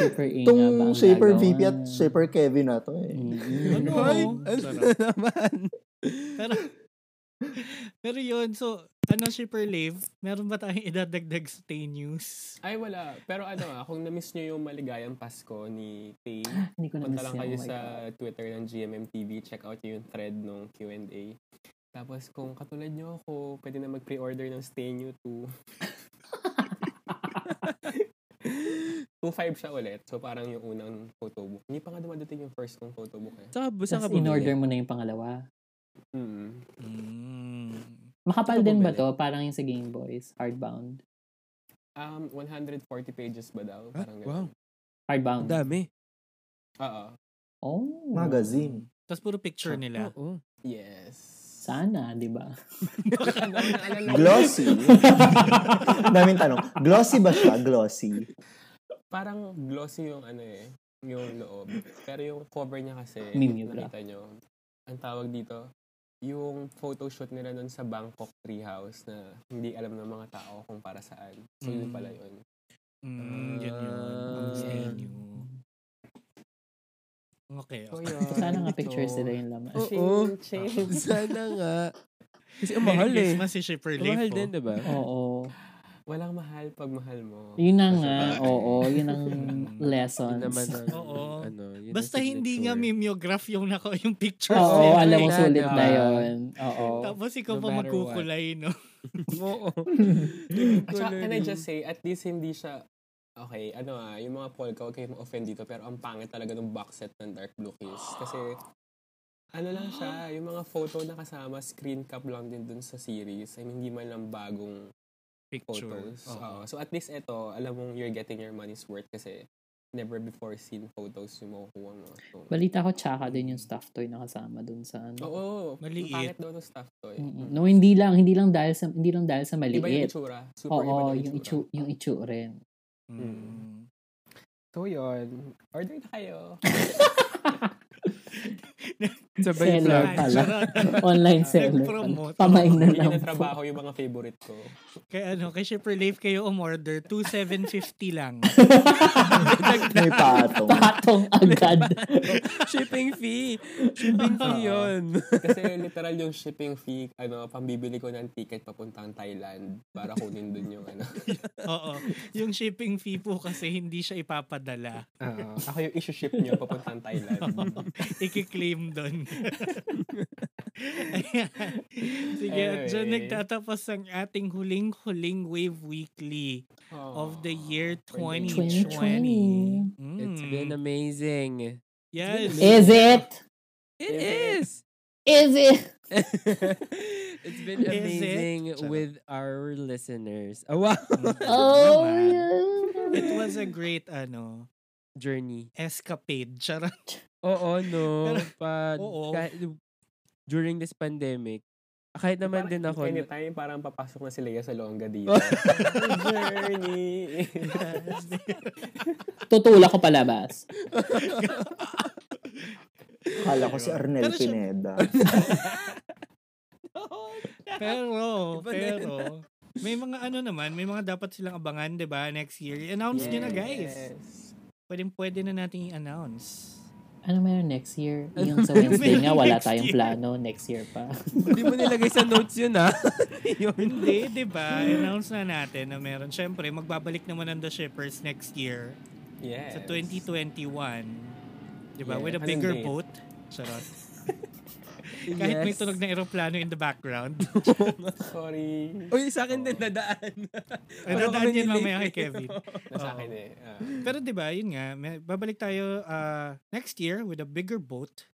Speaker 2: Shaper A nga ba
Speaker 3: Itong
Speaker 2: ang Mm.
Speaker 3: Shaper
Speaker 2: gagawan? Mm-hmm.
Speaker 3: VP at Shaper Kevin na to eh.
Speaker 2: Mm-mm.
Speaker 4: Ano?
Speaker 5: Ay, ano
Speaker 4: Sarap.
Speaker 5: na naman?
Speaker 4: Pero, pero yun, so, ano, Shipper Leif, meron ba tayong idadagdag sa Tay News?
Speaker 6: Ay, wala. Pero ano ah, kung na-miss nyo yung maligayang Pasko ni Tay,
Speaker 2: Hindi ko na
Speaker 6: punta lang
Speaker 2: siya.
Speaker 6: kayo
Speaker 2: Oh my
Speaker 6: sa
Speaker 2: God.
Speaker 6: Twitter ng GMMTV. Check out nyo yung thread ng Q&A. Tapos kung katulad nyo ako, pwede na mag-pre-order ng Stay New 2. Kung 5 siya ulit, so parang yung unang photo book. Hindi pa nga dumadating yung first kong photo book eh.
Speaker 5: Saka busa ka
Speaker 2: Tapos
Speaker 5: bumili?
Speaker 2: in-order mo na yung pangalawa.
Speaker 6: Mm.
Speaker 4: Mm.
Speaker 2: Makapal
Speaker 5: Ano
Speaker 2: din ba
Speaker 5: bumili?
Speaker 2: to? Parang yung sa Game Boys. Hardbound.
Speaker 6: Um, 140 pages ba daw?
Speaker 5: Ah,
Speaker 6: Parang
Speaker 5: wow,
Speaker 6: ganun.
Speaker 5: ang
Speaker 2: Hardbound.
Speaker 5: dami.
Speaker 6: Oo.
Speaker 2: Oh.
Speaker 3: Magazine.
Speaker 4: Tapos puro picture nila.
Speaker 5: Oo.
Speaker 6: Yes.
Speaker 2: Sana, di ba?
Speaker 3: Glossy. Ang Daming tanong. Glossy ba siya? Glossy.
Speaker 6: Parang glossy yung ano eh, yung loob. Pero yung cover niya kasi,
Speaker 2: Mimeograph.
Speaker 6: nakita nyo, ang tawag dito, yung photoshoot nila nun sa Bangkok Treehouse na hindi alam ng mga tao kung para saan. So
Speaker 4: Mm.
Speaker 6: yun pala yun.
Speaker 4: Mm, yun yun. Ang
Speaker 5: Ah.
Speaker 4: Tay News. Okay,
Speaker 6: So
Speaker 4: okay.
Speaker 6: yun.
Speaker 2: Sana nga pictures
Speaker 6: So,
Speaker 2: sila yung laman.
Speaker 5: Oh.
Speaker 6: Ching,
Speaker 5: Oo.
Speaker 6: ching.
Speaker 5: Sana nga. Kasi ang
Speaker 4: Merry
Speaker 5: mahal eh.
Speaker 4: Christmas si Shipper
Speaker 5: Ang mahal
Speaker 4: Leif.
Speaker 5: din,
Speaker 4: oh.
Speaker 5: diba?
Speaker 2: Oo.
Speaker 6: Walang mahal pag mahal mo.
Speaker 2: Yun na nga. Oo. Yun ang
Speaker 5: Yun naman
Speaker 2: lessons.
Speaker 5: ang,
Speaker 4: Oo.
Speaker 5: ano, yun ang
Speaker 4: Basta hindi nga
Speaker 5: signature.
Speaker 4: mimeograph yung nako yung pictures
Speaker 2: Oo.
Speaker 4: nila.
Speaker 2: Alam mo,
Speaker 5: Sana,
Speaker 2: sulit
Speaker 6: Ah.
Speaker 2: na
Speaker 5: diba?
Speaker 2: yun. Oo.
Speaker 4: Tapos ikaw
Speaker 5: No
Speaker 4: pa
Speaker 5: matter what.
Speaker 4: magkukulay, no?
Speaker 5: Oo.
Speaker 6: At saka, can I just say, at least hindi siya Okay, ano ah, yung mga polka, huwag kayong ma-offend dito, pero ang pangit talaga ng box set ng Dark Blue Kiss. Kasi, ano lang
Speaker 2: Ah.
Speaker 6: siya, yung mga photo na kasama, screen cap lang din dun sa series. I mean, hindi man lang bagong
Speaker 4: Picture.
Speaker 6: photos.
Speaker 4: Oo.
Speaker 6: Oo. so at least ito, alam mong you're getting your money's worth kasi never before seen photos yung makukuha mo. So,
Speaker 2: Balita ko, tsaka din yung stuffed toy na kasama dun sa ano.
Speaker 6: Oo,
Speaker 4: Maliit.
Speaker 6: ang pangit daw ng stuff to eh.
Speaker 2: Mm-mm. No, hindi lang, hindi lang dahil sa hindi lang dahil sa
Speaker 6: Iba yung
Speaker 2: maliit.
Speaker 6: itsura. Super iba
Speaker 2: Oo,
Speaker 6: daw
Speaker 2: yung itsu yung itsu rin.
Speaker 5: Hmm.
Speaker 4: Mm.
Speaker 6: So yun, order na kayo.
Speaker 2: Ano
Speaker 5: Sabay
Speaker 2: Seller
Speaker 5: plug.
Speaker 2: pala.
Speaker 4: Charot.
Speaker 2: Online seller pala.
Speaker 4: Nag-promote.
Speaker 2: Pamain na
Speaker 6: Hindi
Speaker 2: lang
Speaker 6: na
Speaker 2: po.
Speaker 6: trabaho yung mga favorite ko.
Speaker 4: Kaya ano, kay Shipper Leif kayo umorder, 2,750 lang.
Speaker 3: May patong.
Speaker 2: Patong agad.
Speaker 5: Shipping fee. Shipping fee yun.
Speaker 6: Kasi literal yung shipping fee, ano, pambibili ko ng ticket papuntang Thailand para kunin dun yung ano.
Speaker 4: Oo. Yung shipping fee po kasi hindi siya ipapadala.
Speaker 6: Oo. ako yung issue ship niyo papuntang Thailand.
Speaker 4: Ikiklaim doon. Ayan. Sige, at dyan
Speaker 6: Anyway.
Speaker 4: nagtatapos ang ating huling-huling Wave Weekly of the year
Speaker 6: for the
Speaker 4: 2020.
Speaker 2: 2020.
Speaker 4: Mm.
Speaker 5: It's been amazing.
Speaker 4: yes.
Speaker 2: Is it?
Speaker 5: It
Speaker 6: Is
Speaker 5: is.
Speaker 2: Is it?
Speaker 5: it's been
Speaker 4: Is it?
Speaker 5: amazing
Speaker 4: Charot.
Speaker 5: with our listeners. Oh, wow.
Speaker 2: Oh,
Speaker 4: Mm, Naman.
Speaker 2: yeah.
Speaker 4: It was a great ano
Speaker 5: Journey.
Speaker 4: escapade. Charot.
Speaker 5: Oo, no.
Speaker 4: Pero-
Speaker 5: Pa,
Speaker 4: Oo.
Speaker 5: kahit- during this pandemic, kahit naman din ako,
Speaker 6: Anytime, parang papasok na si Leia sa longga dito. Journey.
Speaker 2: Tutulak ko palabas.
Speaker 3: Kala ko si Arnel
Speaker 4: Pero siya-
Speaker 3: Pineda.
Speaker 4: Pero,
Speaker 5: Iba na
Speaker 4: pero, may mga ano naman, may mga dapat silang abangan, di ba, next year. I-announce nyo na, guys. Pwedeng pwede na natin i-announce.
Speaker 2: Ano meron next year? Yung sa Wednesday
Speaker 4: meron
Speaker 2: nga, wala
Speaker 4: Ano next
Speaker 2: tayong
Speaker 4: year?
Speaker 2: plano. Next year pa.
Speaker 5: hindi mo nilagay sa notes yun, ha? yun.
Speaker 4: Hindi, di ba? Announce na natin na meron. Siyempre, magbabalik naman ang The Shippers next year
Speaker 6: Yes.
Speaker 4: sa 2021. Di ba?
Speaker 6: Yeah.
Speaker 4: With a
Speaker 6: Anong
Speaker 4: bigger
Speaker 6: date?
Speaker 4: boat. Charot. Kahit may
Speaker 5: Yes.
Speaker 4: tunog ng aeroplano in the background.
Speaker 6: Sorry.
Speaker 5: Uy, sa akin din
Speaker 6: Oo.
Speaker 5: nadaan.
Speaker 4: Ay,
Speaker 5: Parang
Speaker 4: dadaan yan
Speaker 5: nilate
Speaker 4: mamaya kay
Speaker 5: eh.
Speaker 4: Kevin.
Speaker 6: Nasa
Speaker 4: Oo.
Speaker 6: akin eh. Ah.
Speaker 4: Pero 'di ba, yun nga, may- babalik tayo ah, next year with a bigger boat.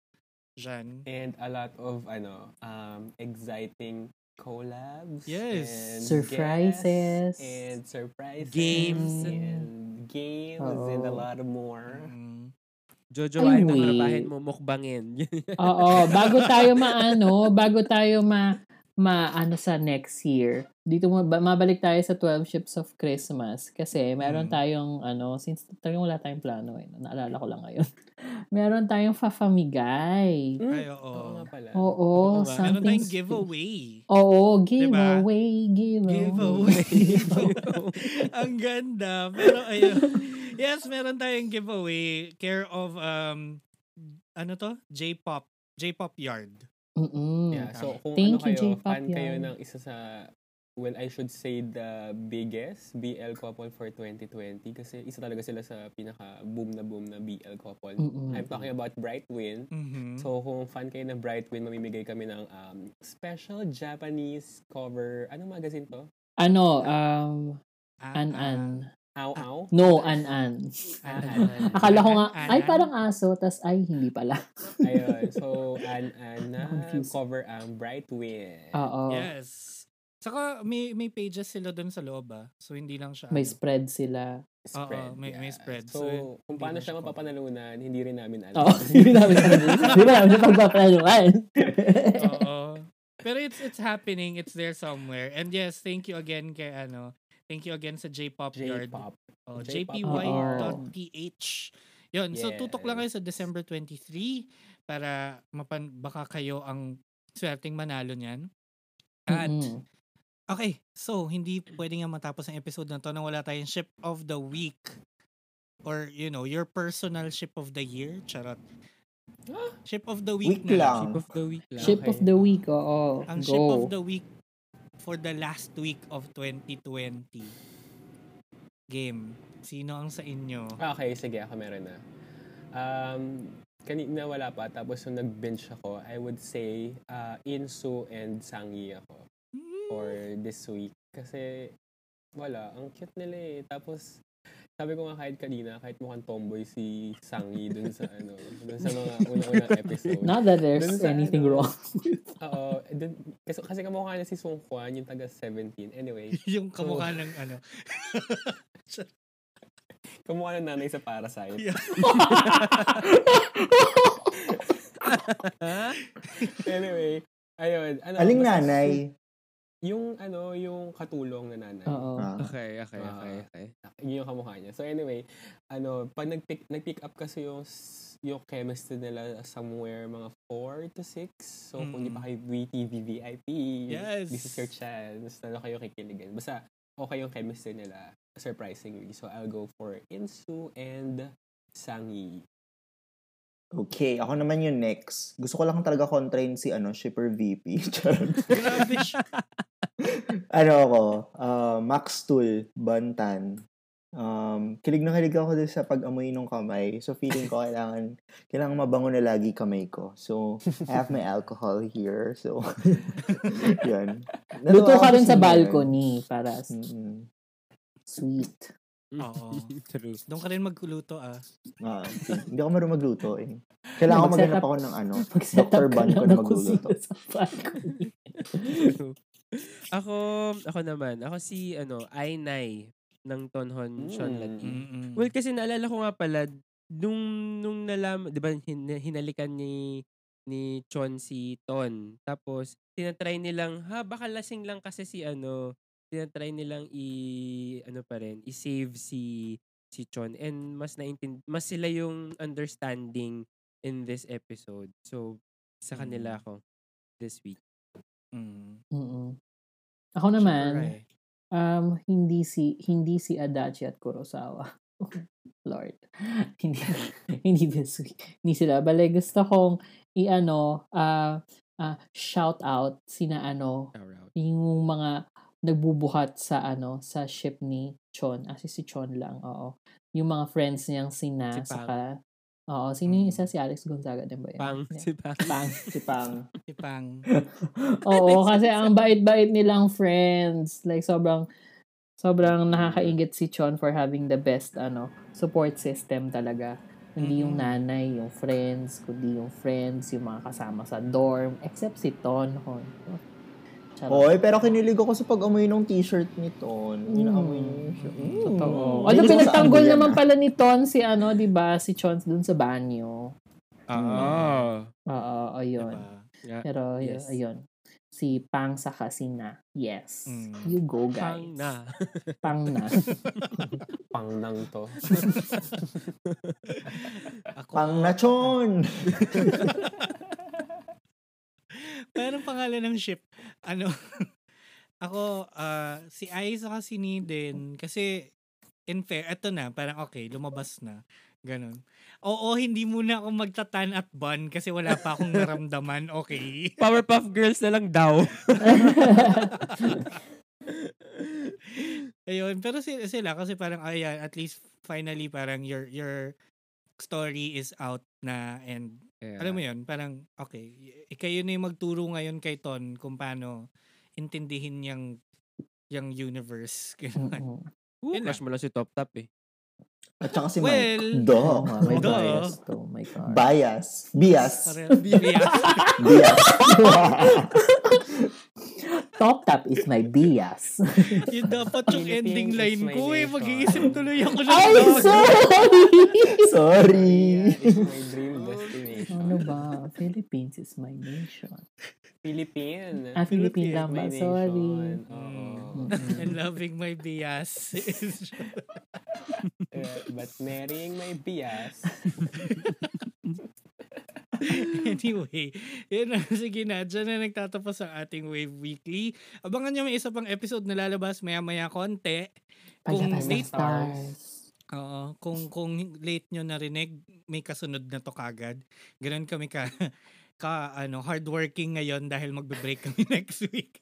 Speaker 4: Jan.
Speaker 6: and a lot of ano um exciting collabs
Speaker 4: Yes.
Speaker 6: and
Speaker 2: Surprises.
Speaker 6: guests and surprises
Speaker 5: Games.
Speaker 6: and games and a
Speaker 2: Oo.
Speaker 6: lot more
Speaker 4: Mm.
Speaker 5: Jojo,
Speaker 2: Ay,
Speaker 5: ay,
Speaker 2: wait.
Speaker 5: pangrabahin mo, mukbangin.
Speaker 2: Oo, bago tayo maano, bago tayo ma maano sa next year. Dito mo ba- mabalik tayo sa 12 Ships of Christmas kasi meron
Speaker 4: Mm.
Speaker 2: tayong ano, since talagang wala tayong plano eh. Naalala ko lang ngayon. meron tayong fafamigay.
Speaker 4: Ay,
Speaker 6: Oo
Speaker 4: oo.
Speaker 6: nga pala.
Speaker 2: Oo,
Speaker 5: Oo nga.
Speaker 4: Meron
Speaker 2: something
Speaker 4: tayong giveaway.
Speaker 2: Oh, Oo,
Speaker 4: Diba?
Speaker 2: giveaway, giveaway.
Speaker 4: Giveaway. Ang ganda. Pero ayun. Yes, meron tayong giveaway. Care of, um, ano to? J-pop. J-pop yard.
Speaker 2: Mm-mm.
Speaker 6: Yeah, so kung
Speaker 2: Thank
Speaker 6: ano
Speaker 2: you,
Speaker 6: kayo,
Speaker 2: J-pop
Speaker 6: fan kayo
Speaker 2: yan.
Speaker 6: ng isa sa well, I should say the biggest BL couple for 2020 kasi isa talaga sila sa pinaka boom na boom na BL couple.
Speaker 2: Mm-mm.
Speaker 6: I'm talking about Brightwin.
Speaker 4: Mhm.
Speaker 6: So, kung fan kayo ng Brightwin, mamimigay kami ng um, special Japanese cover. Anong magazine to?
Speaker 2: Ano, um,
Speaker 4: Ah,
Speaker 2: an-an.
Speaker 6: Ow,
Speaker 2: Ah,
Speaker 6: ow?
Speaker 2: No, an-an.
Speaker 4: ah, ah, ah.
Speaker 2: Akala ko nga, ay
Speaker 4: An-an.
Speaker 2: parang aso, tas ay hindi pala.
Speaker 6: Ayun. So, an an na
Speaker 2: Confused. Ah,
Speaker 6: cover ang Brightwin.
Speaker 2: Oo.
Speaker 4: Yes. Saka may, may pages sila doon sa loob ah. So hindi lang siya.
Speaker 2: May
Speaker 4: ano.
Speaker 2: spread sila.
Speaker 4: Oo, may- may spread.
Speaker 6: So,
Speaker 4: So, hindi
Speaker 6: kung paano
Speaker 4: na siya
Speaker 6: siya mapapanalunan, hindi rin namin alam.
Speaker 2: Oo, hindi namin alam. Hindi namin alam pagpaplanuan.
Speaker 4: Oo. Pero it's it's happening. It's there somewhere. And yes, thank you again kay ano. Thank you again sa J-Pop Yard.
Speaker 6: J-pop.
Speaker 4: Oh,
Speaker 6: J-pop.
Speaker 4: jpy.ph. Yun. So, tutok lang kayo
Speaker 6: Yes.
Speaker 4: sa December 23 para mapan baka kayo ang swerteng manalo niyan. At,
Speaker 2: Mm-mm.
Speaker 4: okay. So, hindi pwede nga matapos ang episode na to nang wala tayong ship of the week. Or, you know, your personal ship of the year. Charot. Ship of the week, na.
Speaker 3: Week
Speaker 5: Ship
Speaker 3: lang.
Speaker 5: of the week lang.
Speaker 2: Ship of the week, oo.
Speaker 4: Ang
Speaker 2: Go.
Speaker 4: ship of the week for the last week of 2020. Game. Sino ang sa inyo?
Speaker 6: Okay, sige. Ako meron na. Um, kanina wala pa. Tapos nung nag-bench ako, I would say uh, Insu and Sangi ako.
Speaker 4: Hmm.
Speaker 6: for this week. Kasi, wala. Ang cute nila eh. Tapos, Sabi ko nga kahit kanina, kahit mukhang tomboy si Sangi dun sa ano, dun sa mga unang-unang episode.
Speaker 2: Not that there's
Speaker 6: Dun sa
Speaker 2: anything
Speaker 6: ano.
Speaker 2: wrong.
Speaker 6: Oo. dun- Kasi, kasi kamukha na si Sung Kwan, yung taga 17. Anyway,
Speaker 4: yung kamukha ng ano.
Speaker 6: kamukha ng nanay sa Parasite.
Speaker 4: Yeah.
Speaker 6: anyway, ayun. Ano,
Speaker 3: Aling
Speaker 6: basta-
Speaker 3: nanay?
Speaker 6: Yung ano, yung katulong na nanay.
Speaker 2: Oo.
Speaker 3: Ah.
Speaker 5: Okay, okay, okay, okay.
Speaker 6: Yun yung kamukha niya. So anyway, ano, pag nag-pick, nag-pick up kasi yung, s- yung chemistry nila somewhere mga 4 to 6. So kung di
Speaker 4: Mm.
Speaker 6: pa kayo VTV VIP,
Speaker 4: Yes.
Speaker 6: this is your chance. Lalo kayo kikiligin. Basta, okay yung chemistry nila. Surprisingly. So I'll go for Insu and Sangi.
Speaker 3: Okay, ako naman yung next. Gusto ko lang talaga kontrain si ano, shipper VP. Charot.
Speaker 4: Grabe siya.
Speaker 3: ano ako, ah, Max Tool, Bantan. Um, kilig na kilig ako dun sa pag-amoy ng kamay. So, feeling ko kailangan, kailangan mabango na lagi kamay ko. So, I have my alcohol here. So, yun.
Speaker 2: Luto
Speaker 3: Natuwa
Speaker 2: ka
Speaker 3: ako
Speaker 2: rin sa
Speaker 3: ngayon.
Speaker 2: balcony para s-
Speaker 3: Mm-mm.
Speaker 2: sweet.
Speaker 4: Oo.
Speaker 5: True.
Speaker 4: Doon ka rin magluto ah.
Speaker 3: Ah, hindi ako marunong magluto eh. Kailangan ko
Speaker 2: Mag-set
Speaker 3: maghanap
Speaker 2: up-
Speaker 3: ako ng ano.
Speaker 2: Mag-set
Speaker 3: Dr.
Speaker 2: up ka
Speaker 3: Ban ko
Speaker 2: lang
Speaker 3: na
Speaker 2: ng kusina
Speaker 3: magluluto.
Speaker 2: sa balcony.
Speaker 5: ako, ako naman, ako si, ano, Ainay ng Tonhon Sean
Speaker 6: Mm.
Speaker 5: Lati.
Speaker 4: Mm-mm.
Speaker 5: Well, kasi naalala ko nga pala, nung, nung nalaman, di ba, hin- hinalikan ni, ni Chon si Ton. Tapos, tinatry nilang, ha, baka lasing lang kasi si ano, tinatry nilang i, ano pa rin, i-save si, si Chon. And mas naintind, mas sila yung understanding in this episode. So, sa kanila ako this week.
Speaker 4: Mm.
Speaker 2: Mm-mm. Ako
Speaker 5: eh.
Speaker 2: naman,
Speaker 4: Siyempre.
Speaker 2: um, hindi si hindi si Adachi at Kurosawa. Lord. hindi hindi this week. Hindi sila. Bale, gusto kong i-ano, ah ah, shout out sina ano,
Speaker 5: Shout out.
Speaker 2: yung mga nagbubuhat sa ano sa ship ni Chon. Ah, si si Chon lang, oo. Yung mga friends niyang sina,
Speaker 5: Si Pang.
Speaker 2: saka, oo, sino yung
Speaker 4: Mm.
Speaker 2: isa? Si Alex Gonzaga din ba yun?
Speaker 5: Pang,
Speaker 2: Hindi.
Speaker 5: si Pang.
Speaker 2: Pang.
Speaker 3: Si Pang.
Speaker 4: Si Pang.
Speaker 2: Oo, kasi ang bait-bait nilang friends. Like, sobrang, sobrang nakakaingit si Chon for having the best, ano, support system talaga. Hindi yung
Speaker 3: Mm.
Speaker 4: Mhm.
Speaker 2: nanay, yung friends, kundi yung friends, yung mga kasama sa dorm, except si Tonhon. Charot.
Speaker 3: Hoy, pero kinilig ako sa pag-amoy ng t-shirt ni Ton. Yung amoy niya.
Speaker 2: Totoo.
Speaker 3: Mm. Hindi
Speaker 2: Ano,
Speaker 3: ko saan
Speaker 2: pinagtanggol
Speaker 3: yan,
Speaker 2: naman
Speaker 3: ah.
Speaker 2: pala ni Ton si, ano, di ba, si Chon dun sa banyo.
Speaker 5: Oo.
Speaker 2: Oo, ayun.
Speaker 4: Diba?
Speaker 5: Yeah.
Speaker 2: Pero, y-
Speaker 5: Yes.
Speaker 2: ayun. Si Pang sa Kasina. Yes.
Speaker 4: Mm.
Speaker 2: You go, guys.
Speaker 5: Pang na.
Speaker 2: Pang na.
Speaker 6: Pang nang to.
Speaker 4: Ako,
Speaker 3: Pang na Chon!
Speaker 4: Parang pangalan ng ship. Ano? ako, ah, si Ai saka si Niden. Kasi, in fair, eto na, parang okay, lumabas na. Ganun. Oo, hindi muna ako magtatan at ban kasi wala pa akong naramdaman, okay?
Speaker 5: Powerpuff Girls na lang daw.
Speaker 4: Ayun, pero si- sila kasi parang ayan, at least finally parang your your story is out na and alam mo yun, parang okay, y- eh, kayo na yung magturo ngayon kay Ton kung paano intindihin yung yung universe. Ganun.
Speaker 2: Mm-mm.
Speaker 5: Ooh,
Speaker 4: Yun lang.
Speaker 5: crush mo lang si Top Top eh.
Speaker 3: At saka si Mike.
Speaker 4: well,
Speaker 3: Do. nga,
Speaker 2: my
Speaker 3: may
Speaker 4: Duh.
Speaker 2: bias to. Oh My God.
Speaker 3: Bias. Bias.
Speaker 4: parang, yeah.
Speaker 3: Bias.
Speaker 2: Top top is my bias.
Speaker 4: yun dapat yung
Speaker 6: Philippines
Speaker 4: ending
Speaker 6: is
Speaker 4: line
Speaker 6: my
Speaker 4: ko eh.
Speaker 6: nation.
Speaker 4: Mag-iisip tuloy ako ng
Speaker 2: Ay,
Speaker 4: tawag.
Speaker 2: sorry!
Speaker 3: Sorry.
Speaker 6: Yeah, it's ah, my dream destination.
Speaker 2: ano ba? Philippines is my nation.
Speaker 6: Philippine.
Speaker 2: Ah, Philippine lang ba?
Speaker 6: My nation.
Speaker 2: Sorry.
Speaker 4: Mm.
Speaker 6: Oo.
Speaker 2: Mm-mm.
Speaker 4: And loving my bias. is-
Speaker 6: Eh, but marrying my bias.
Speaker 4: anyway, yun na. Sige na, dyan na nagtatapos ang ating Wave Weekly. Abangan nyo may isa pang episode na lalabas maya-maya konti. Kung
Speaker 2: Palabas ng
Speaker 4: late,
Speaker 2: stars.
Speaker 4: oo, kung, kung late nyo narinig, may kasunod na to kagad. Ganun kami ka ka ano hardworking ngayon dahil magbe-break kami next week.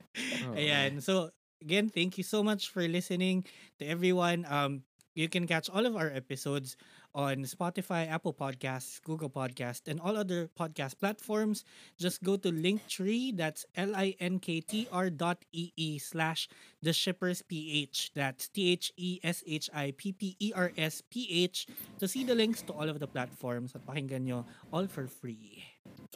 Speaker 4: Ayan. So, again, thank you so much for listening to everyone. Um, you can catch all of our episodes on Spotify, Apple Podcasts, Google Podcasts, and all other podcast platforms. Just go to Linktree, that's L-I-N-K-T-R dot E-E slash The Shippers PH, that's E T-H-E-S-H-I-P-P-E-R-S-P-H to see the links to all of the platforms at pakinggan nyo all for free.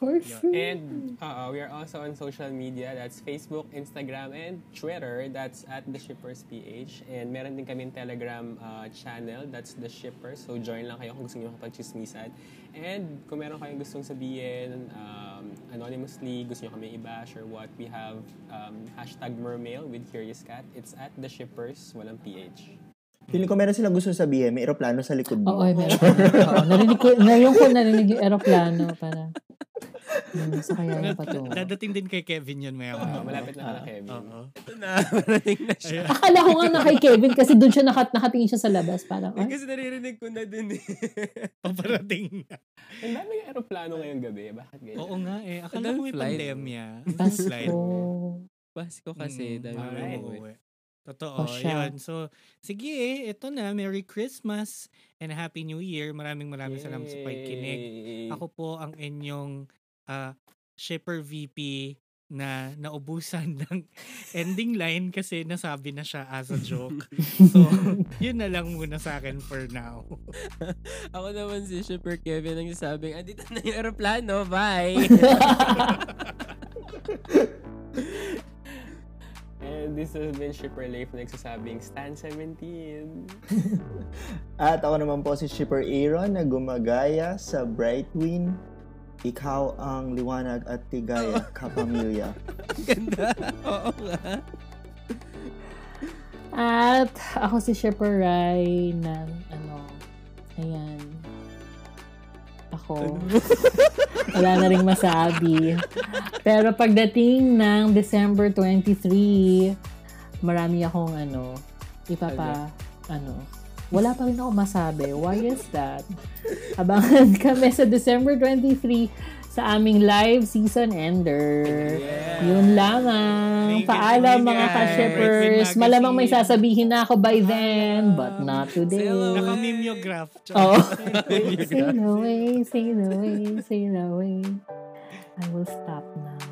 Speaker 2: For
Speaker 4: Yeah.
Speaker 2: free.
Speaker 6: And uh, we are also on social media. That's Facebook, Instagram, and Twitter. That's at The Shippers PH. And meron din kami Telegram uh, channel. That's The Shippers. So join lang kayo kung gusto nyo makapag-chismisan. And kung meron kayong gustong sabihin, um, anonymously, gusto nyo kami i-bash or what, we have um, hashtag mermail with Curious Cat. It's at The Shippers, walang PH.
Speaker 3: Feeling ko meron silang gusto sabihin, may eroplano sa likod mo.
Speaker 2: Oo, ay, meron. Oo, narinig ko, ngayon ko narinig yung aeroplano para hmm, sa kaya na pa to.
Speaker 4: Dadating din kay Kevin yun maya
Speaker 6: Uh,
Speaker 4: maya.
Speaker 6: malapit na ka na, Kevin.
Speaker 4: Oo.
Speaker 5: Ito na, marating na siya.
Speaker 2: Akala ko nga na kay Kevin kasi doon siya nakat nakatingin siya sa labas. Parang, ah,
Speaker 5: Eh, Kasi naririnig ko na din eh.
Speaker 4: Paparating na.
Speaker 6: Ang dami ng aeroplano ngayong gabi. Bakit ganyan?
Speaker 4: Oo nga eh. Akala
Speaker 5: Ang
Speaker 4: ko may
Speaker 5: flight.
Speaker 4: pandemya. Flight.
Speaker 2: Pasko.
Speaker 5: Pasko kasi,
Speaker 4: Mm,
Speaker 5: dami
Speaker 4: parang
Speaker 5: mo
Speaker 4: oo
Speaker 5: eh.
Speaker 4: eh. Totoo,
Speaker 2: O siya.
Speaker 4: yun. So, sige, ito na. Merry Christmas and Happy New Year. Maraming maraming salamat sa pagkinig.
Speaker 6: Yay!
Speaker 4: Ako po ang inyong ah, shipper VP na naubusan ng ending line kasi nasabi na siya as a joke. So, yun na lang muna sa akin for now.
Speaker 5: Ako naman si Shipper Kevin ang sasabing, andito na yung aeroplano, bye!
Speaker 6: And this has been Shipper Life nagsasabing Stan 17.
Speaker 3: At ako naman po si Shipper Aaron na gumagaya sa Brightwin. Ikaw ang liwanag at tigaya, kapamilya.
Speaker 5: Ganda. Oo nga.
Speaker 2: At ako si Shipper Rai ng ano, ayan. Ako. Wala na rin masabi. Pero pagdating ng December 23, marami akong ano, ipapa, ano, wala pa rin ako masabi. Why is that? Abangan kami sa December 23 sa aming live season ender. Yun lamang.
Speaker 4: Thank you, thank
Speaker 2: Paalam
Speaker 4: you,
Speaker 2: mga
Speaker 4: guys.
Speaker 2: ka-shippers.
Speaker 4: Breakwin
Speaker 2: Malamang may
Speaker 4: Magazine.
Speaker 2: sasabihin na ako by then, but not today.
Speaker 5: Sail away.
Speaker 4: Naka-mimeograph.
Speaker 2: Oo.
Speaker 4: Oh.
Speaker 5: Mimeograph.
Speaker 2: sail away, sail away, sail away. I will stop now.